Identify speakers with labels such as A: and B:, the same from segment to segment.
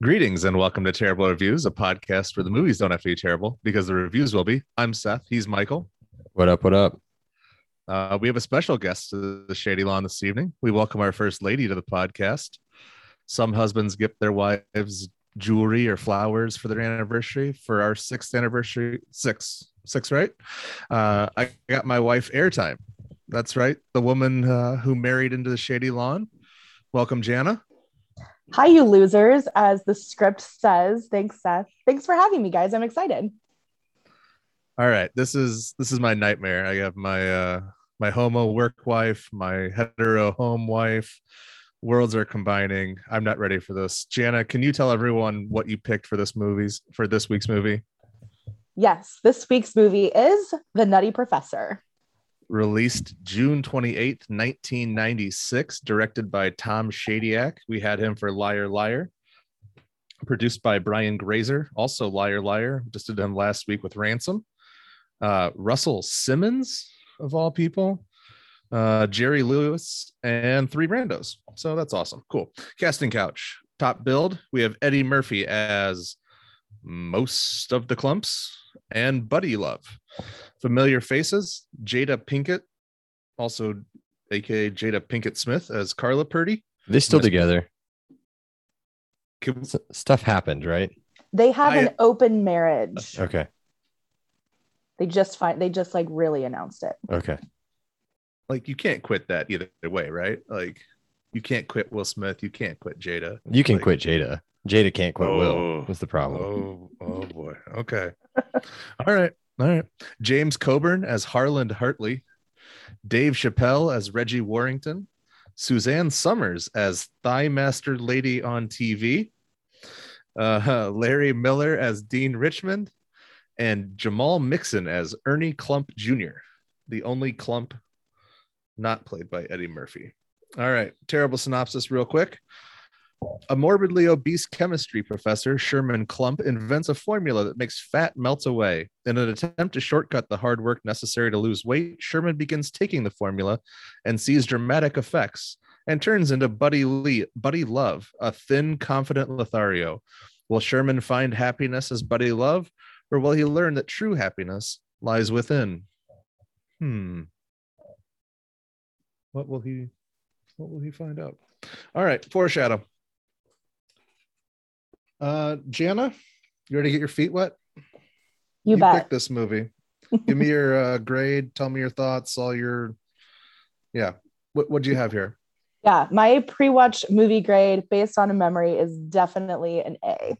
A: Greetings and welcome to Terrible Reviews, a podcast where the movies don't have to be terrible because the reviews will be. I'm Seth. He's Michael.
B: What up? What up?
A: Uh, we have a special guest to the Shady Lawn this evening. We welcome our first lady to the podcast. Some husbands gift their wives jewelry or flowers for their anniversary. For our sixth anniversary, six, six, right? Uh, I got my wife airtime. That's right. The woman uh, who married into the Shady Lawn. Welcome, Jana.
C: Hi, you losers. As the script says, thanks, Seth. Thanks for having me, guys. I'm excited.
A: All right, this is this is my nightmare. I have my uh my homo work wife, my hetero home wife. Worlds are combining. I'm not ready for this. Jana, can you tell everyone what you picked for this movies for this week's movie?
C: Yes, this week's movie is The Nutty Professor.
A: Released June 28th, 1996, directed by Tom Shadyac. We had him for Liar Liar. Produced by Brian Grazer, also Liar Liar. Just did him last week with Ransom. Uh, Russell Simmons, of all people, uh, Jerry Lewis, and three Brandos. So that's awesome. Cool. Casting couch. Top build. We have Eddie Murphy as most of the clumps and Buddy Love. Familiar faces. Jada Pinkett, also aka Jada Pinkett Smith as Carla Purdy.
B: They still
A: Nice.
B: together.
A: Can-
B: S- stuff happened, right?
C: They have
A: I-
C: an open marriage.
B: Okay.
C: They just find they just like really announced it.
B: Okay.
A: like you can't quit that either way, right? Like you can't quit Will Smith. You can't quit Jada.
B: You can
A: Like-
B: quit Jada. Jada can't quit
A: Oh.
B: Will. What's the problem?
A: Oh, oh boy. Okay. All right. All right. James Coburn as Harland Hartley, Dave Chappelle as Reggie Warrington, Suzanne Summers as Thigh Master Lady on TV, uh, Larry Miller as Dean Richmond, and Jamal Mixon as Ernie Clump Jr., the only clump not played by Eddie Murphy. All right. Terrible synopsis, real quick. A morbidly obese chemistry professor, Sherman Klump, invents a formula that makes fat melt away. In an attempt to shortcut the hard work necessary to lose weight, Sherman begins taking the formula and sees dramatic effects and turns into Buddy Lee, Buddy Love, a thin, confident Lothario. Will Sherman find happiness as Buddy Love, or will he learn that true happiness lies within? Hmm. What will he what will he find out? All right, foreshadow. Uh, Jana, you ready to get your feet wet?
C: You, bet.
A: picked this movie. Give me your uh, grade. Tell me your thoughts. All your, yeah. What what do you have here?
C: Yeah, my pre-watch movie grade based on a memory is definitely an A.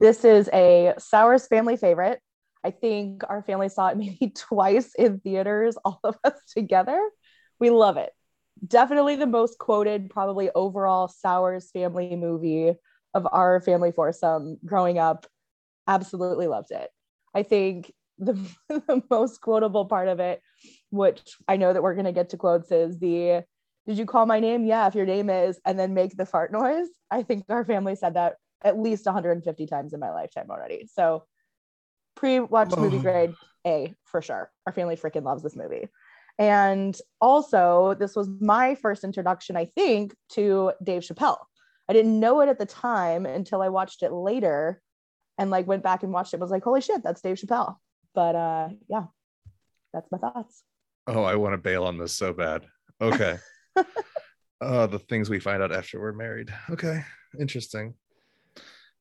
C: This is a Sours family favorite. I think our family saw it maybe twice in theaters, all of us together. We love it. Definitely the most quoted, probably overall Sours family movie of our family foursome growing up. Absolutely loved it. I think the, the most quotable part of it, which I know that we're going to get to quotes, is the did you call my name? Yeah, if your name is, and then make the fart noise. I think our family said that at least 150 times in my lifetime already. So pre-watch movie
A: Oh.
C: grade A for sure. Our family freaking loves this movie. And also, this was my first introduction, I think, to Dave Chappelle. I didn't know it at the time until I watched it later and like went back and watched it. and Was like, holy shit, that's Dave Chappelle. But uh yeah, that's my thoughts.
A: Oh, I want to bail on this so bad. Okay. uh, the things we find out after we're married. Okay, interesting.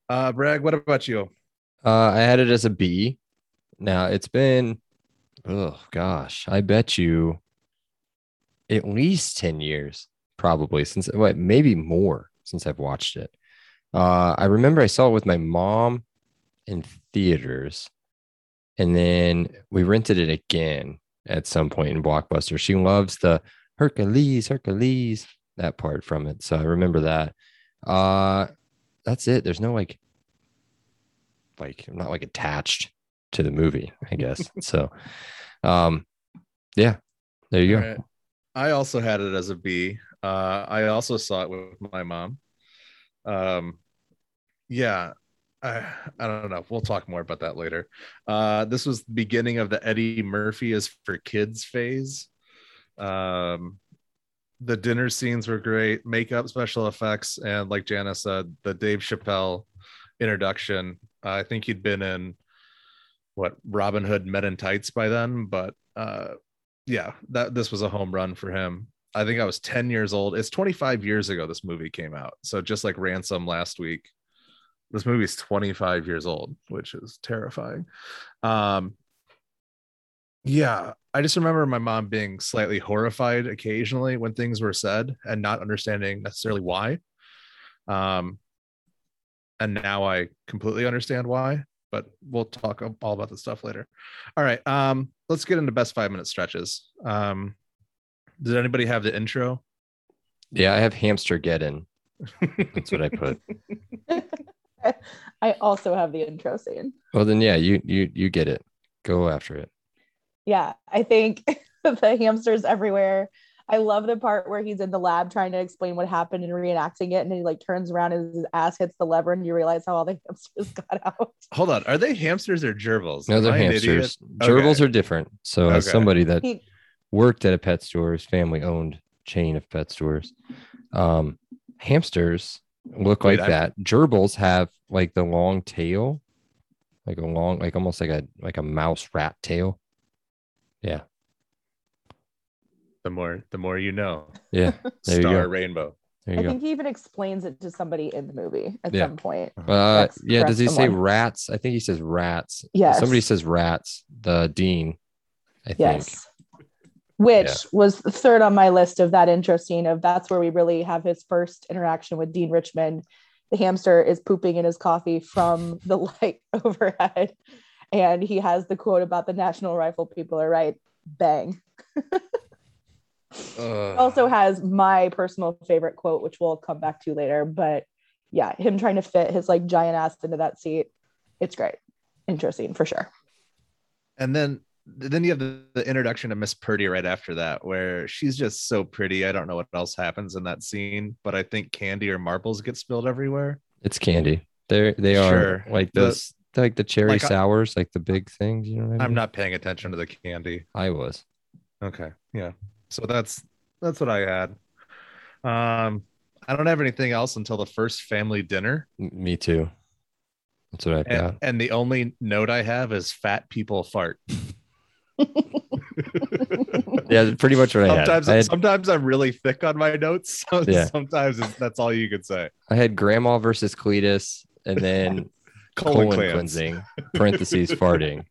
A: Uh, Bragg, what about you?
B: Uh, I had it as a B. Now it's been, oh gosh, I bet you at least 10 years, probably since, wait, maybe more since I've watched it. Uh, I remember I saw it with my mom in theaters, and then we rented it again at some point in Blockbuster. She loves the Hercules, Hercules, that part from it. So I remember that. Uh, that's it. There's no like like I'm not like attached to the movie, I guess. so um yeah, there you go.
A: All right. I also had it as a B. Uh, I also saw it with my mom. Um, yeah, I, I don't know. We'll talk more about that later. Uh, this was the beginning of the Eddie Murphy is for kids phase. Um, the dinner scenes were great, makeup, special effects, and like Jana said, the Dave Chappelle introduction. I think he'd been in what Robin Hood Men in Tights by then, but uh, yeah, that this was a home run for him. I think I was 10 years old. It's 25 years ago this movie came out. So just like Ransom last week, this movie's 25 years old, which is terrifying. Um, yeah, I just remember my mom being slightly horrified occasionally when things were said and not understanding necessarily why. Um, and now I completely understand why, but we'll talk all about this stuff later. All right, um, let's get into best five minute stretches. Um, did anybody have the intro?
B: Yeah, I have hamster get in. That's what I put.
C: I also have the intro scene.
B: Well, then yeah, you you you get it. Go after it.
C: Yeah, I think the hamsters everywhere. I love the part where he's in the lab trying to explain what happened and reenacting it, and he like turns around and his ass hits the lever, and you realize how all the hamsters got out.
A: Hold on, are they hamsters or gerbils?
B: No,
A: Am
B: they're
A: I an idiot?
B: hamsters. Gerbils are different. So as
A: Okay.
B: somebody that
C: He-
B: worked at a pet store, his family owned chain of pet stores. Um, hamsters look
A: Wait,
B: like
A: I'm-
B: that. Gerbils have like the long tail, like a long, like almost like a like a mouse rat tail. Yeah,
A: The more, the more you know.
B: yeah. There you
A: Star
B: go.
A: rainbow.
B: There
C: I
B: you go.
C: think he even explains it to somebody in the movie at
B: Yeah.
C: some point.
B: Uh,
C: That's
B: yeah. Does he
C: correct,
B: say
C: someone.
B: rats? I think he says rats.
C: Yes.
B: Somebody says rats. The dean. I think.
C: Yes. Which
B: Yeah.
C: was third on my list of that intro scene of that's where we really have his first interaction with Dean Richmond. The hamster is pooping in his coffee from the light overhead. And he has the quote about the National Rifle people are right. Bang. Also has my personal favorite quote, which we'll come back to later. But yeah, him trying to fit his like giant ass into that seat. It's great. Intro scene for sure.
A: and then then you have the, the introduction to Miss Purdy right after that, where she's just so pretty. I don't know what else happens in that scene, but I think candy or marbles get spilled everywhere.
B: It's candy. They they are
A: Sure.
B: like
A: The-
B: those they're like the cherry
A: like I-
B: sours, like the big things. You know what I mean?
A: I'm not paying attention to the candy.
B: I was.
A: Okay, yeah. So that's that's what I had. Um, I don't have anything else until the first family dinner,
B: M- Me too. That's what I've
A: and,
B: got.
A: and the only note I have is fat people fart.
B: Yeah, pretty much what I had.
A: sometimes
B: I had,
A: sometimes I'm really thick on my notes. So
B: Yeah.
A: sometimes it's, that's all you could say.
B: I had grandma versus Cletus, and then colon,
A: cleanse.
B: cleansing parentheses farting.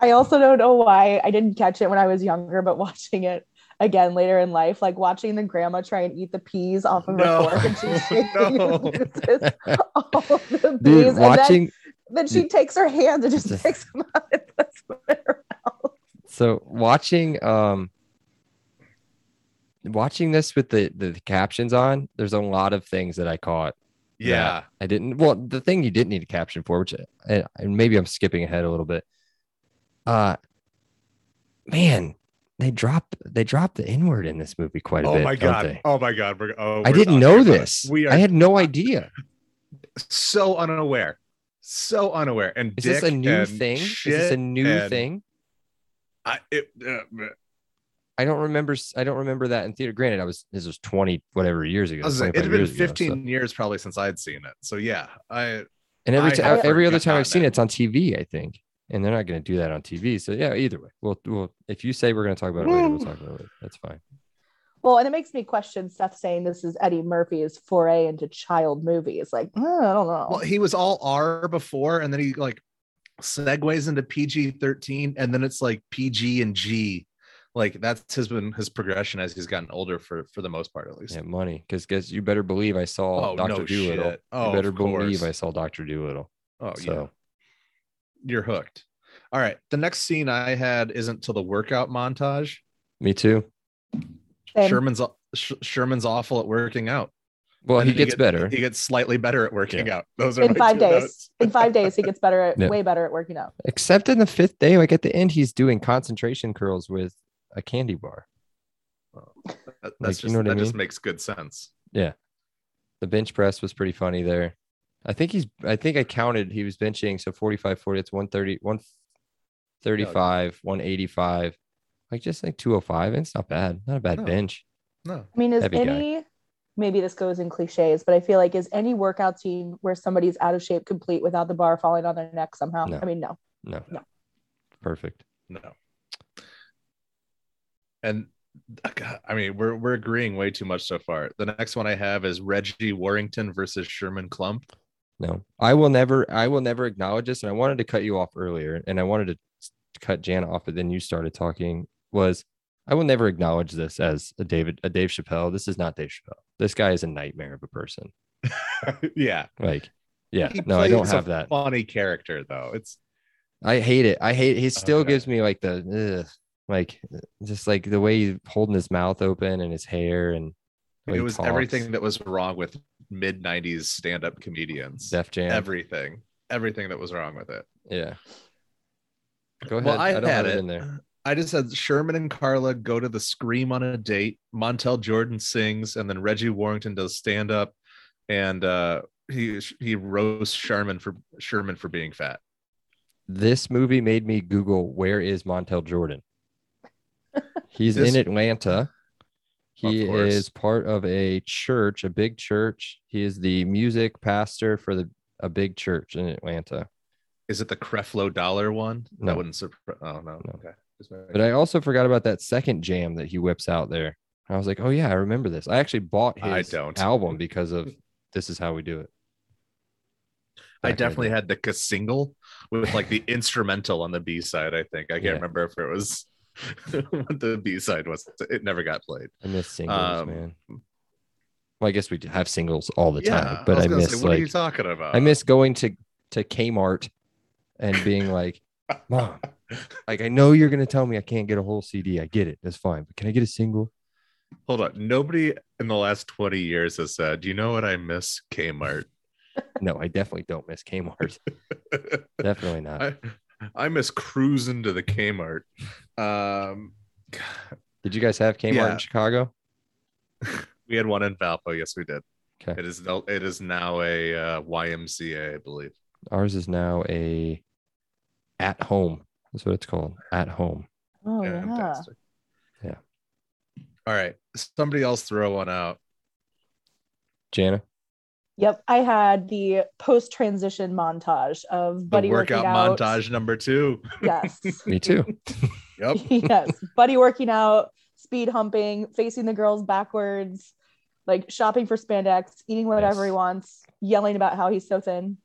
C: I also don't know why I didn't catch it when I was younger, but watching it again later in life, like watching the grandma try and eat the peas off of
A: No.
C: her fork and she's shaking
A: No.
C: no. all of the peas.
B: Dude,
C: and
B: watching
C: then, then she takes her hand and just picks them up and puts them in her
B: so watching um watching this with the, the captions on, there's a lot of things that I caught
A: Yeah.
B: I didn't. Well, the thing you didn't need a caption for, which and, and maybe I'm skipping ahead a little bit. Uh man, they drop they drop the N word in this movie quite a
A: Oh
B: bit.
A: my
B: don't
A: god.
B: they?
A: Oh my god. We're, oh,
B: I
A: we're
B: didn't
A: talking
B: know
A: about it.
B: this.
A: We are
B: I had no idea.
A: so unaware. So unaware. And
B: Is this a
A: dick
B: new
A: and
B: thing? Is
A: Shit.
B: this a new
A: and-
B: thing?
A: I, it, uh,
B: I don't remember. s- I don't remember that in theater. Granted, I was this was twenty whatever years ago.
A: I was like,
B: 25
A: it'd been
B: years ago, so-
A: 15 years probably since I'd seen it. So yeah, I
B: And every
A: I
B: ti-
A: have
B: every other time
A: forgotten
B: I've seen
A: it.
B: it, it's on TV, I think. And they're not going to do that on TV. So yeah, either way, we'll, we'll if you say we're going to talk about it later, we'll
A: Woo.
B: talk about it. Later. That's fine.
C: Well, and it makes me question Seth saying this is Eddie Murphy's foray into child movies. Like, mm, I don't know.
A: well, he was all R before, and then he like segues into PG 13, and then it's like PG and G. Like that's has been his progression as he's gotten older for for the most part, at least.
B: Yeah, money. Because guess you better believe I saw
A: Oh,
B: Doctor
A: no
B: Doolittle.
A: shit. Oh,
B: you better
A: of course.
B: believe I saw Doctor Doolittle.
A: Oh yeah.
B: so
A: You're hooked. All right. The next scene I had isn't till the workout montage.
B: me too.
C: Same.
A: Sherman's Sh- Sherman's awful at working out.
B: Well,
A: And
B: he
A: then
B: gets
A: get-
B: better.
A: He gets slightly better at working out. Those are
C: in
A: my
C: five
A: two
C: days.
A: notes.
C: In five days, he gets better at
B: Yeah.
C: way better at working out.
B: Except in the fifth day, like at the end, he's doing concentration curls with a candy bar.
A: That- That's
B: Like,
A: just
B: you know what
A: that
B: I
A: just
B: mean?
A: makes good sense.
B: The bench press was pretty funny there. I think he's I think I counted he was benching so 45 40 it's 130 135 185 like just like 205 and oh it's not bad. Not a bad
A: No.
B: bench.
A: No.
C: I mean, is
B: Heavy guy.
C: any maybe this goes in cliches, but I feel like is any workout team where somebody's out of shape complete without the bar falling on their neck somehow?
B: No.
C: I mean, no.
B: No.
C: No.
B: Perfect.
A: No. And God, I mean, we're we're agreeing way too much so far. The next one I have is Reggie Warrington versus Sherman Klump.
B: No. I will never I will never acknowledge this. And I wanted to cut you off earlier and I wanted to s- cut Jana off, but then you started talking was I will never acknowledge this as a David a Dave Chappelle. This is not Dave Chappelle. This guy is a nightmare of a person.
A: yeah.
B: Like, yeah,
A: He
B: no, I don't
A: plays a
B: have that.
A: Funny character though. It's
B: I hate it. I hate. He still
A: Okay.
B: gives me like the ugh, like just like the way he's holding his mouth open and his hair and the way
A: it
B: he
A: was
B: talks.
A: everything that was wrong with mid '90s stand-up comedians.
B: Def Jam.
A: Everything, everything that was wrong with it.
B: yeah. Go ahead.
A: Well, I,
B: don't
A: had
B: have
A: it.
B: in there.
A: I just had Sherman and Carla go to the Scream on a date. Montel Jordan sings, and then Reggie Warrington does stand up, and uh, he he roasts Sherman for Sherman for being fat.
B: This movie made me Google where is Montel Jordan. He's
A: This-
B: in Atlanta. He
A: course.
B: is part of a church, a big church. He is the music pastor for the a big church in Atlanta.
A: Is it the Creflo Dollar one?
B: No.
A: That wouldn't surprise. Oh no.
B: No.
A: Okay. Just making-
B: But I also forgot about that second jam that he whips out there. I was like, oh yeah, I remember this. I actually bought
A: I
B: his
A: don't.
B: album because of this is how we do it.
A: I
B: Back in the
A: definitely
B: day.
A: had the k- single with like the instrumental on the B side. I think I can't
B: Yeah.
A: remember if it was what the B side was. It never got played.
B: I miss singles,
A: um,
B: man. Well, I guess we do have singles all the time, but
A: was
B: I,
A: gonna
B: miss
A: what are
B: like
A: you talking about?
B: I miss going to to Kmart and being like, mom, like I know you're gonna tell me I can't get a whole CD. I get it, that's fine, but can I get a single?
A: Hold on. Nobody in the last 20 years has said, you know what I miss? Kmart.
B: No, I definitely don't miss Kmart. definitely not.
A: I, I miss cruising to the Kmart. Um,
B: Did you guys have Kmart
A: Yeah.
B: in Chicago?
A: we had one in Valpo. Yes, we did.
B: Okay.
A: It is no- it is now a uh, YMCA, I believe.
B: Ours is now a at home. That's what it's called. At home.
C: Oh yeah.
A: Fantastic.
B: Yeah.
A: All right. Somebody else throw one out.
B: Jana.
C: Yep. I had the post transition montage of
A: The
C: Buddy
A: workout
C: working out.
A: montage number two.
C: Yes.
B: Me too.
A: Yep.
C: yes. Buddy working out, speed humping, facing the girls backwards, like shopping for spandex, eating whatever
B: Yes.
C: he wants, yelling about how he's so thin.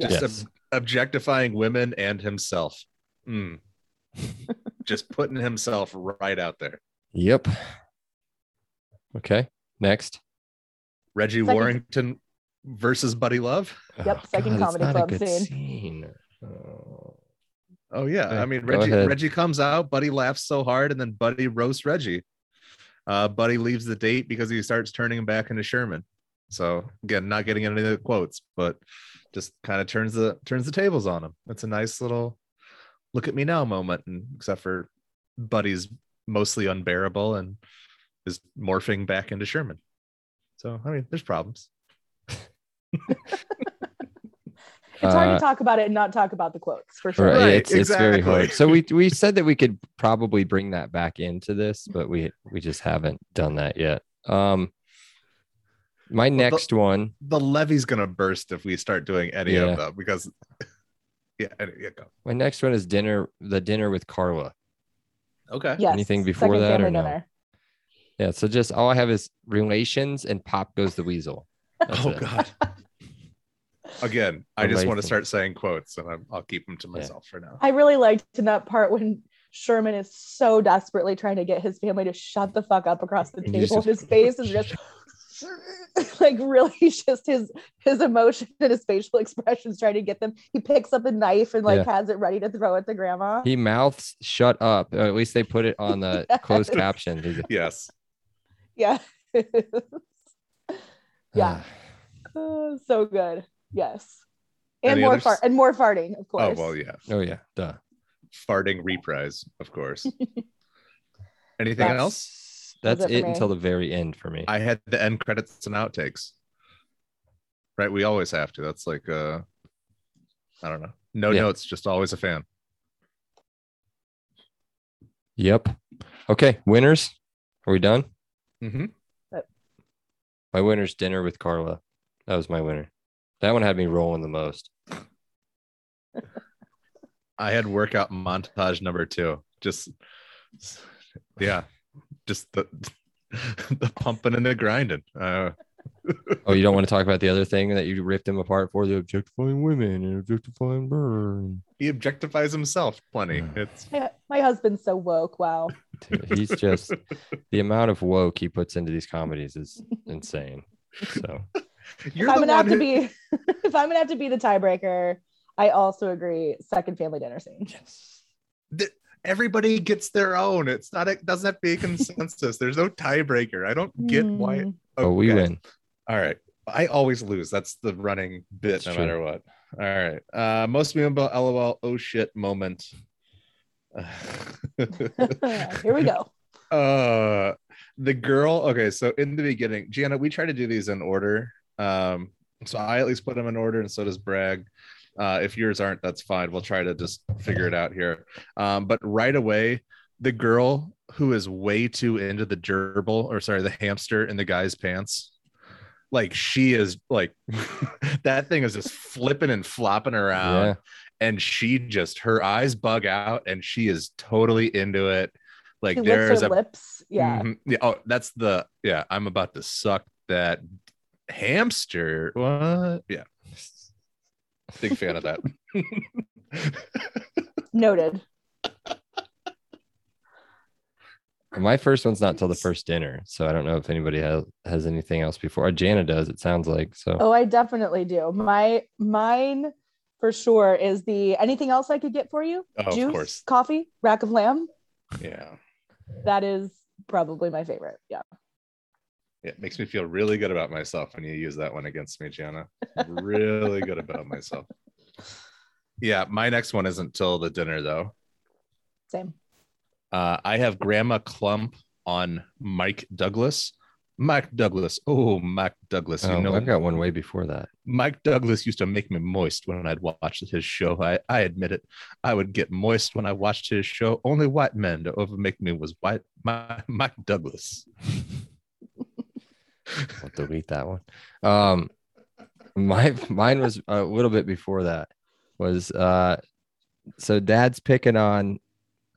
A: Just
B: Yes.
A: ob- objectifying women and himself. Mm. Just putting himself right out there.
B: yep. Okay. Next.
A: Reggie
C: Second-
A: Warrington versus Buddy Love.
C: Yep, second
B: Oh, it's
C: comedy
B: not
C: club
B: a good
C: scene.
B: scene. Oh.
A: Oh yeah,
B: Okay,
A: I mean
B: go
A: Reggie.
B: ahead.
A: Reggie comes out. Buddy laughs so hard, and then Buddy roasts Reggie. Uh, Buddy leaves the date because he starts turning him back into Sherman. So again, not getting into any of the quotes, but just kind of turns the turns the tables on him. It's a nice little look at me now moment, and except for Buddy's mostly unbearable and is morphing back into Sherman. So I mean, there's problems.
C: It's hard
B: Uh,
C: to talk about it and not talk about the quotes for sure.
B: Right,
A: Right,
B: it's, it's very hard.
A: exactly. Mm.
B: So we we said that we could probably bring that back into this, but we we just haven't done that yet. Um, my
A: the-
B: next one.
A: The levy's gonna burst if we start doing any
B: Yeah.
A: of them because yeah, any- yeah, go.
B: My next one is dinner. The dinner with Carla.
A: Okay.
C: Yes.
B: Anything before
C: second
B: that or
C: family
B: no?
C: dinner.
B: Yeah. So just all I have is relations and pop goes the weasel. That's
A: oh
B: it.
A: God. Again, I just want to
B: Amazing.
A: start saying quotes, and I'm, I'll keep them to myself for now.
C: I really liked in that part when Sherman is so desperately trying to get his family to shut the fuck up across the
B: And you just
C: table. His face is just like really just his his emotion and his facial expressions trying to get them. He picks up a knife and like has it ready to throw at the grandma.
B: He mouths shut up. Or at least they put it on the closed
C: Yes.
B: caption. He's-
A: Yes.
C: yeah. Yeah.
B: Ah,
C: Oh, so good. Yes. And
A: Any
C: more
A: others?
C: fart and more farting, of
A: Oh
C: course.
A: well, yeah.
B: Oh yeah. Duh.
A: Farting reprise, of course. Anything
C: That's-
A: else?
B: That's
C: it for
B: it
C: me.
B: until the very end for me.
A: I had the end credits and outtakes. Right, we always have to. That's like, uh, I don't know. No
B: Yeah.
A: notes, just always a fan.
B: yep. Okay. Winners. Are we done?
A: Mhm.
B: My winner's dinner with Carla. That was my winner. That one had me rolling the most.
A: I had workout montage number two. Just, yeah, just the the pumping and the grinding. Uh,
B: Oh, you don't want to talk about the other thing that you ripped him apart for the objectifying women and objectifying burn.
A: he objectifies himself plenty.
B: Yeah.
A: It's
C: My, my husband's so woke. Wow.
B: He's just the amount of woke he puts into these comedies is insane. So
A: you're
C: if I'm
A: the
C: gonna have
A: one
C: to
A: who,
C: be if I'm gonna have to be the tiebreaker, I also agree. Second family dinner scene.
B: yes.
A: everybody gets their own. It's not it doesn't have to be a consensus. There's no tiebreaker. I don't get why.
C: Hmm.
B: Oh, we
A: Okay.
B: win.
A: All right. I always lose. That's the running bit,
B: It's
A: no
B: true.
A: matter what. All right. Uh, most memorable LOL oh shit moment.
C: Mm. Here we go.
A: uh, the girl. Okay, so in the beginning, Gianna, we try to do these in order. Um, so I at least put them in order, and so does Bragg. Uh, if yours aren't, that's fine. We'll try to just figure it out here. Um, but right away, the girl who is way too into the gerbil, or sorry, the hamster in the guy's pants. Like she is like that thing is just flipping and flopping around
B: Yeah.
A: and she just her eyes bug out and she is totally into it like
C: She
A: there's
C: lips
A: a
C: her lips. Yeah.
A: Mhm. yeah oh that's the yeah i'm about to suck that hamster what yeah big fan of that Mm.
C: Noted.
B: My first one's not till the first dinner, so I don't know if anybody has has anything else before. Uh, Jana does. It sounds like so.
C: Oh, I definitely do. My mine for sure is the anything else I could get for you?
A: oh,
C: Juice,
A: of course
C: coffee, rack of lamb.
A: yeah
C: That is probably my favorite. Yeah.
A: it makes me feel really good about myself when you use that one against me gianna really good about myself yeah my next one isn't till the dinner though
C: Same.
A: Uh, I have Grandma Clump on Mike Douglas. Mike Douglas. Oh, Mike Douglas. You
B: Oh,
A: know,
B: I've got one way before that.
A: Mike Douglas used to make me moist when I'd watch his show. I, I admit it. I would get moist when I watched his show. Only white men to overmake me was white my, Mike Douglas.
B: I'll delete that one. Um, my mine was a little bit before that. Was uh, so Dad's picking on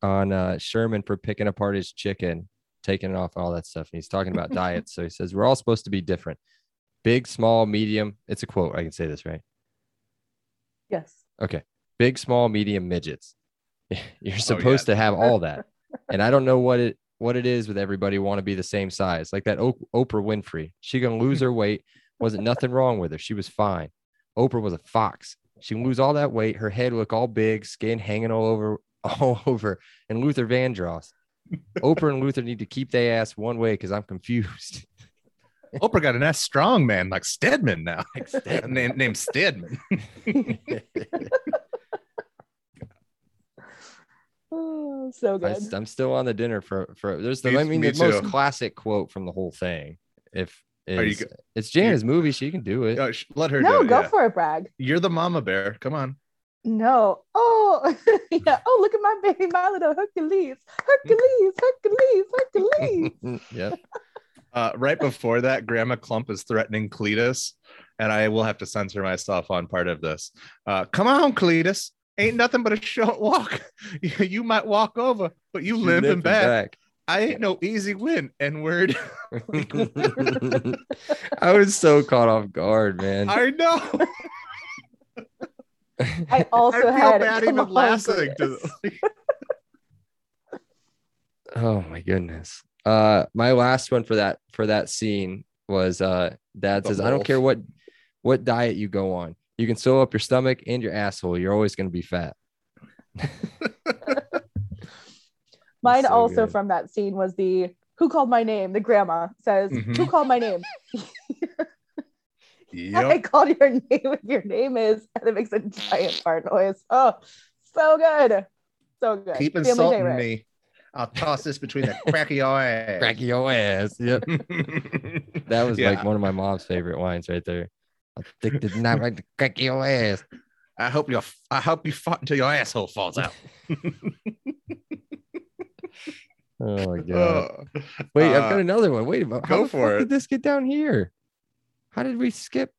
B: on uh, Sherman for picking apart his chicken, taking it off, all that stuff, and he's talking about diets. So he says we're all supposed to be different, big, small, medium. It's a quote. I can say this right.
C: Yes.
B: Okay. Big, small, medium midgets. You're supposed to have all that. And I don't know what it what it is with everybody want to be the same size. Like that o- Oprah Winfrey. She gonna lose her weight. Wasn't nothing wrong with her. She was fine. Oprah was a fox. She can lose all that weight. Her head look all big, skin hanging all over, all over. And Luther Vandross. Oprah and Luther need to keep their ass one way because I'm confused.
A: Oprah got an ass strong man like Stedman now.
B: Stedman.
A: Name, named Stedman.
C: Oh, so
B: I,
C: good.
B: am still on the dinner for for. There's the
A: Me-
B: I mean
A: me
B: the most
A: too.
B: classic quote from the whole thing. If
A: Are you
B: is, it's Jana's movie, she can do it.
A: Oh, sh- let her
C: No,
A: do it.
C: go
A: yeah.
C: for it, brag.
A: You're the mama bear. Come on.
C: No. Oh, yeah. Oh, look at my baby, my little Hercules. Hercules, Hercules, Hercules.
B: Mm, yep.
A: Uh, right before that, Grandma Clump is threatening Cletus, and I will have to censor myself on part of this. Uh, come on, Cletus. Ain't nothing but a short walk. you might walk over, but you limp and back. I ain't no easy win. N word.
B: I was so caught off guard, man.
A: I know.
C: I also
A: I feel
C: had
A: bad
C: come
A: even
C: on,
A: laughing. To
C: Cletus.
B: oh my goodness. Uh, my last one for that for that scene was uh, Dad
A: The
B: says, "I don't
A: wolf.
B: care what what diet you go on, you can sew up your stomach and your asshole. You're always going to be fat."
C: Mine
B: So
C: also
B: good.
C: from that scene was the who called my name? The grandma says, Who
A: Mhm.
C: called my name? I
A: yep.
C: called your name if your name is, and it makes a giant fart noise. Oh, so good. So good.
A: Keep
C: Family
A: insulting
C: favorite.
A: me. I'll toss this between the crack of your ass.
B: Crack your ass. Yep. That was
A: Yeah.
B: like one of my mom's favorite lines right there. Addicted, not right to crack your ass.
A: I hope you. I hope you fart until your asshole falls out.
B: Oh my god.
A: Oh.
B: Wait, I've
A: Uh,
B: got another one. Wait, but how
A: go
B: the
A: for
B: fuck
A: it.
B: did this get down here? How did we skip?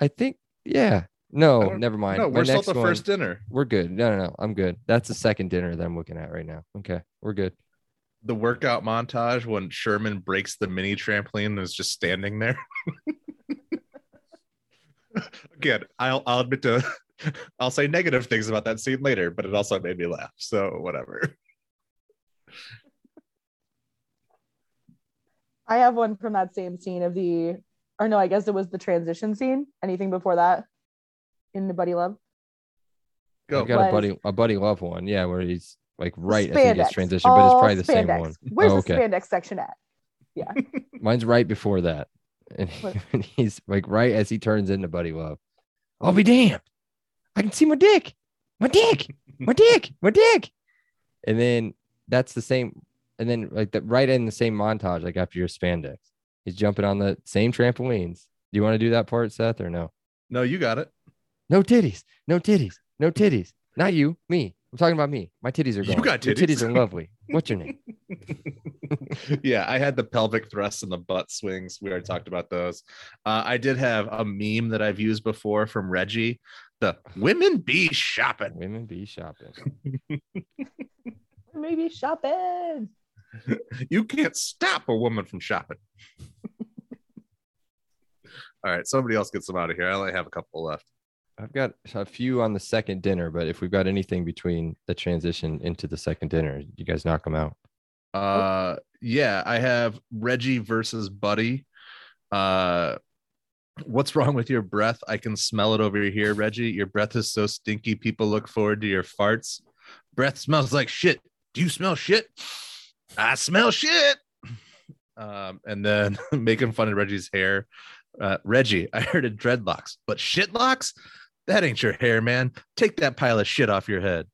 B: I think yeah. No,
A: don't-
B: never mind.
A: No,
B: My
A: we're still at
B: next
A: the
B: one-
A: first dinner.
B: We're good. No, no, no. I'm good. That's the second dinner that I'm looking at right now. Okay, we're good.
A: The workout montage when Sherman breaks the mini trampoline and is just standing there. Again, I'll I'll admit to I'll say negative things about that scene later, but it also made me laugh. So whatever.
C: I have one from that same scene of the, or no, I guess it was the transition scene. Anything before that in the buddy love?
A: Go.
B: I've got
C: Was-
B: a buddy, a buddy love one. Yeah, where he's like right as he gets transitioned, but it's
C: All
B: probably the same
C: spandex.
B: one.
C: Where's
B: Oh, okay.
C: the spandex section at?
B: Mine's right before that, and
C: What?
B: he's like right as he turns into buddy love. I'll be damned! I can see my dick, my dick, my dick, my dick, and then that's the same. And then like that right in the same montage, like after your spandex, he's jumping on the same trampolines. Do you want to do that part, Seth, or no?
A: No, you got it.
B: No titties. No titties. No titties. Not you. Me. I'm talking about me. My titties are
A: You
B: gone.
A: got
B: Your
A: titties.
B: titties are lovely. What's your name?
A: yeah, I had the pelvic thrusts and the butt swings. We already talked about those. Uh, I did have a meme that I've used before from Reggie. The women be shopping.
B: Women be shopping.
C: Maybe shopping.
A: You can't stop a woman from shopping. All right, somebody else get some out of here. I only have a couple left.
B: I've got a few on the second dinner, but if we've got anything between the transition into the second dinner, you guys knock them out.
A: Uh, yeah, I have Reggie versus Buddy. Uh, what's wrong with your breath? I can smell it over here, Reggie. Your breath is so stinky. People look forward to your farts. Breath smells like shit. Do you smell shit? I smell shit. Um, and then making fun of Reggie's hair. Uh, Reggie, I heard it dreadlocks, but shitlocks? That ain't your hair, man. Take that pile of shit off your head.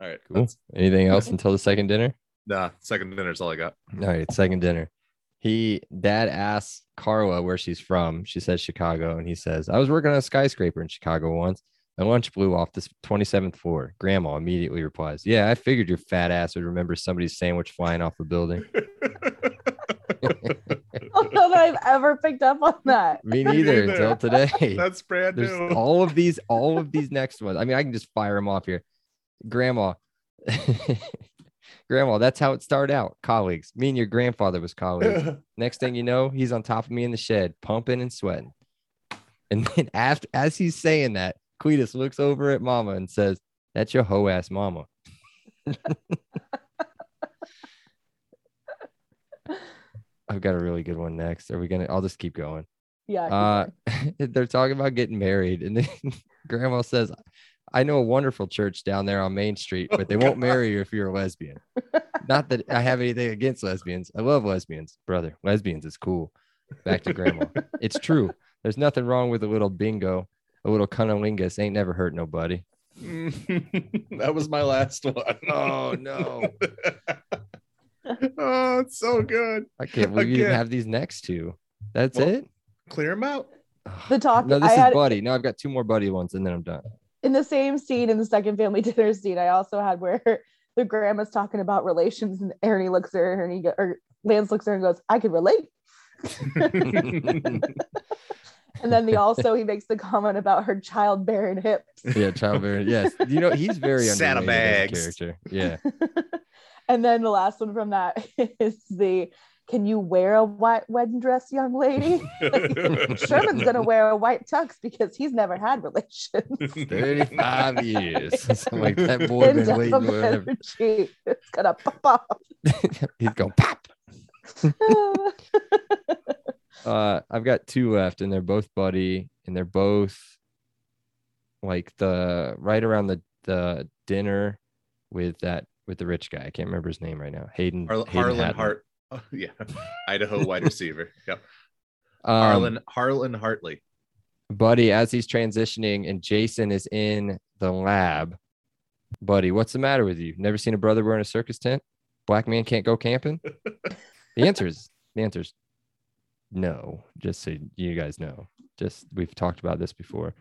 A: All right,
B: Cool. Anything else until the second dinner?
A: Nah, second dinner's all I got.
B: All right, second dinner. He dad asks Carla where she's from. She says Chicago, and he says, "I was working on a skyscraper in Chicago once. My lunch blew off the 27th floor." Grandma immediately replies, "Yeah, I figured your fat ass would remember somebody's sandwich flying off a building."
C: I don't know that I've ever picked up on that.
B: Me neither
A: neither.
B: until today.
A: That's brand
B: There's
A: new.
B: all of these, all of these next ones. I mean, I can just fire them off here. Grandma, grandma, that's how it started out. Colleagues, me and your grandfather was colleagues. Next thing you know, he's on top of me in the shed, pumping and sweating. And then after, as he's saying that, Cletus looks over at Mama and says, "That's your hoe ass mama." I've got a really good one next. Are we gonna? I'll just keep going.
C: Yeah. keep
B: Uh,
C: going.
B: they're talking about getting married, and then Grandma says, "I know a wonderful church down there on Main Street, but they won't marry you if you're a lesbian." Not that I have anything against lesbians. I love lesbians, brother. Lesbians is cool. Back to Grandma. it's true. There's nothing wrong with a little bingo. A little cunnilingus ain't never hurt nobody.
A: that was my last one.
B: Oh no!
A: oh, it's so good.
B: I can't believe you didn't
A: Again.
B: have these next two. That's
A: Well,
B: it.
A: Clear them out.
B: Ugh.
C: The talk-
B: No, this
C: I
B: is
C: had-
B: buddy. No, I've got two more buddy ones, and then I'm done.
C: in the same scene in the second family dinner scene, I also had where the grandma's talking about relations and Ernie looks at her and he go, or Lance looks at her and goes, I could relate. And then the also he makes the comment about her childbearing hips.
B: Yeah, childbearing. yes, you know he's very underrated as a
A: Saddlebags.
B: character. Yeah,
C: And then the last one from that is the can you wear a white wedding dress, young lady? Sherman's gonna wear a white tux because he's never had relations.
B: thirty-five years. Something like that boy
C: And
B: been waiting.
C: double
B: forever.
C: energy. It's gonna pop
B: He's going pop.
C: off.
B: Uh, I've got two left, and they're both buddy, and they're both like the right around the the dinner with that with the rich guy. I can't remember his name right now. Hayden
A: Har-
B: Hayden
A: Harlan
B: Hatton.
A: Hart. Oh, yeah, Idaho wide receiver. Yep.
B: Um,
A: Harlan Harlan Hartley.
B: Buddy, as he's transitioning and Jason is in the lab, Buddy, what's the matter with you? Never seen a brother wearing a circus tent? Black man can't go camping? the answer is the answer is no. Just so you guys know. Just we've talked about this before.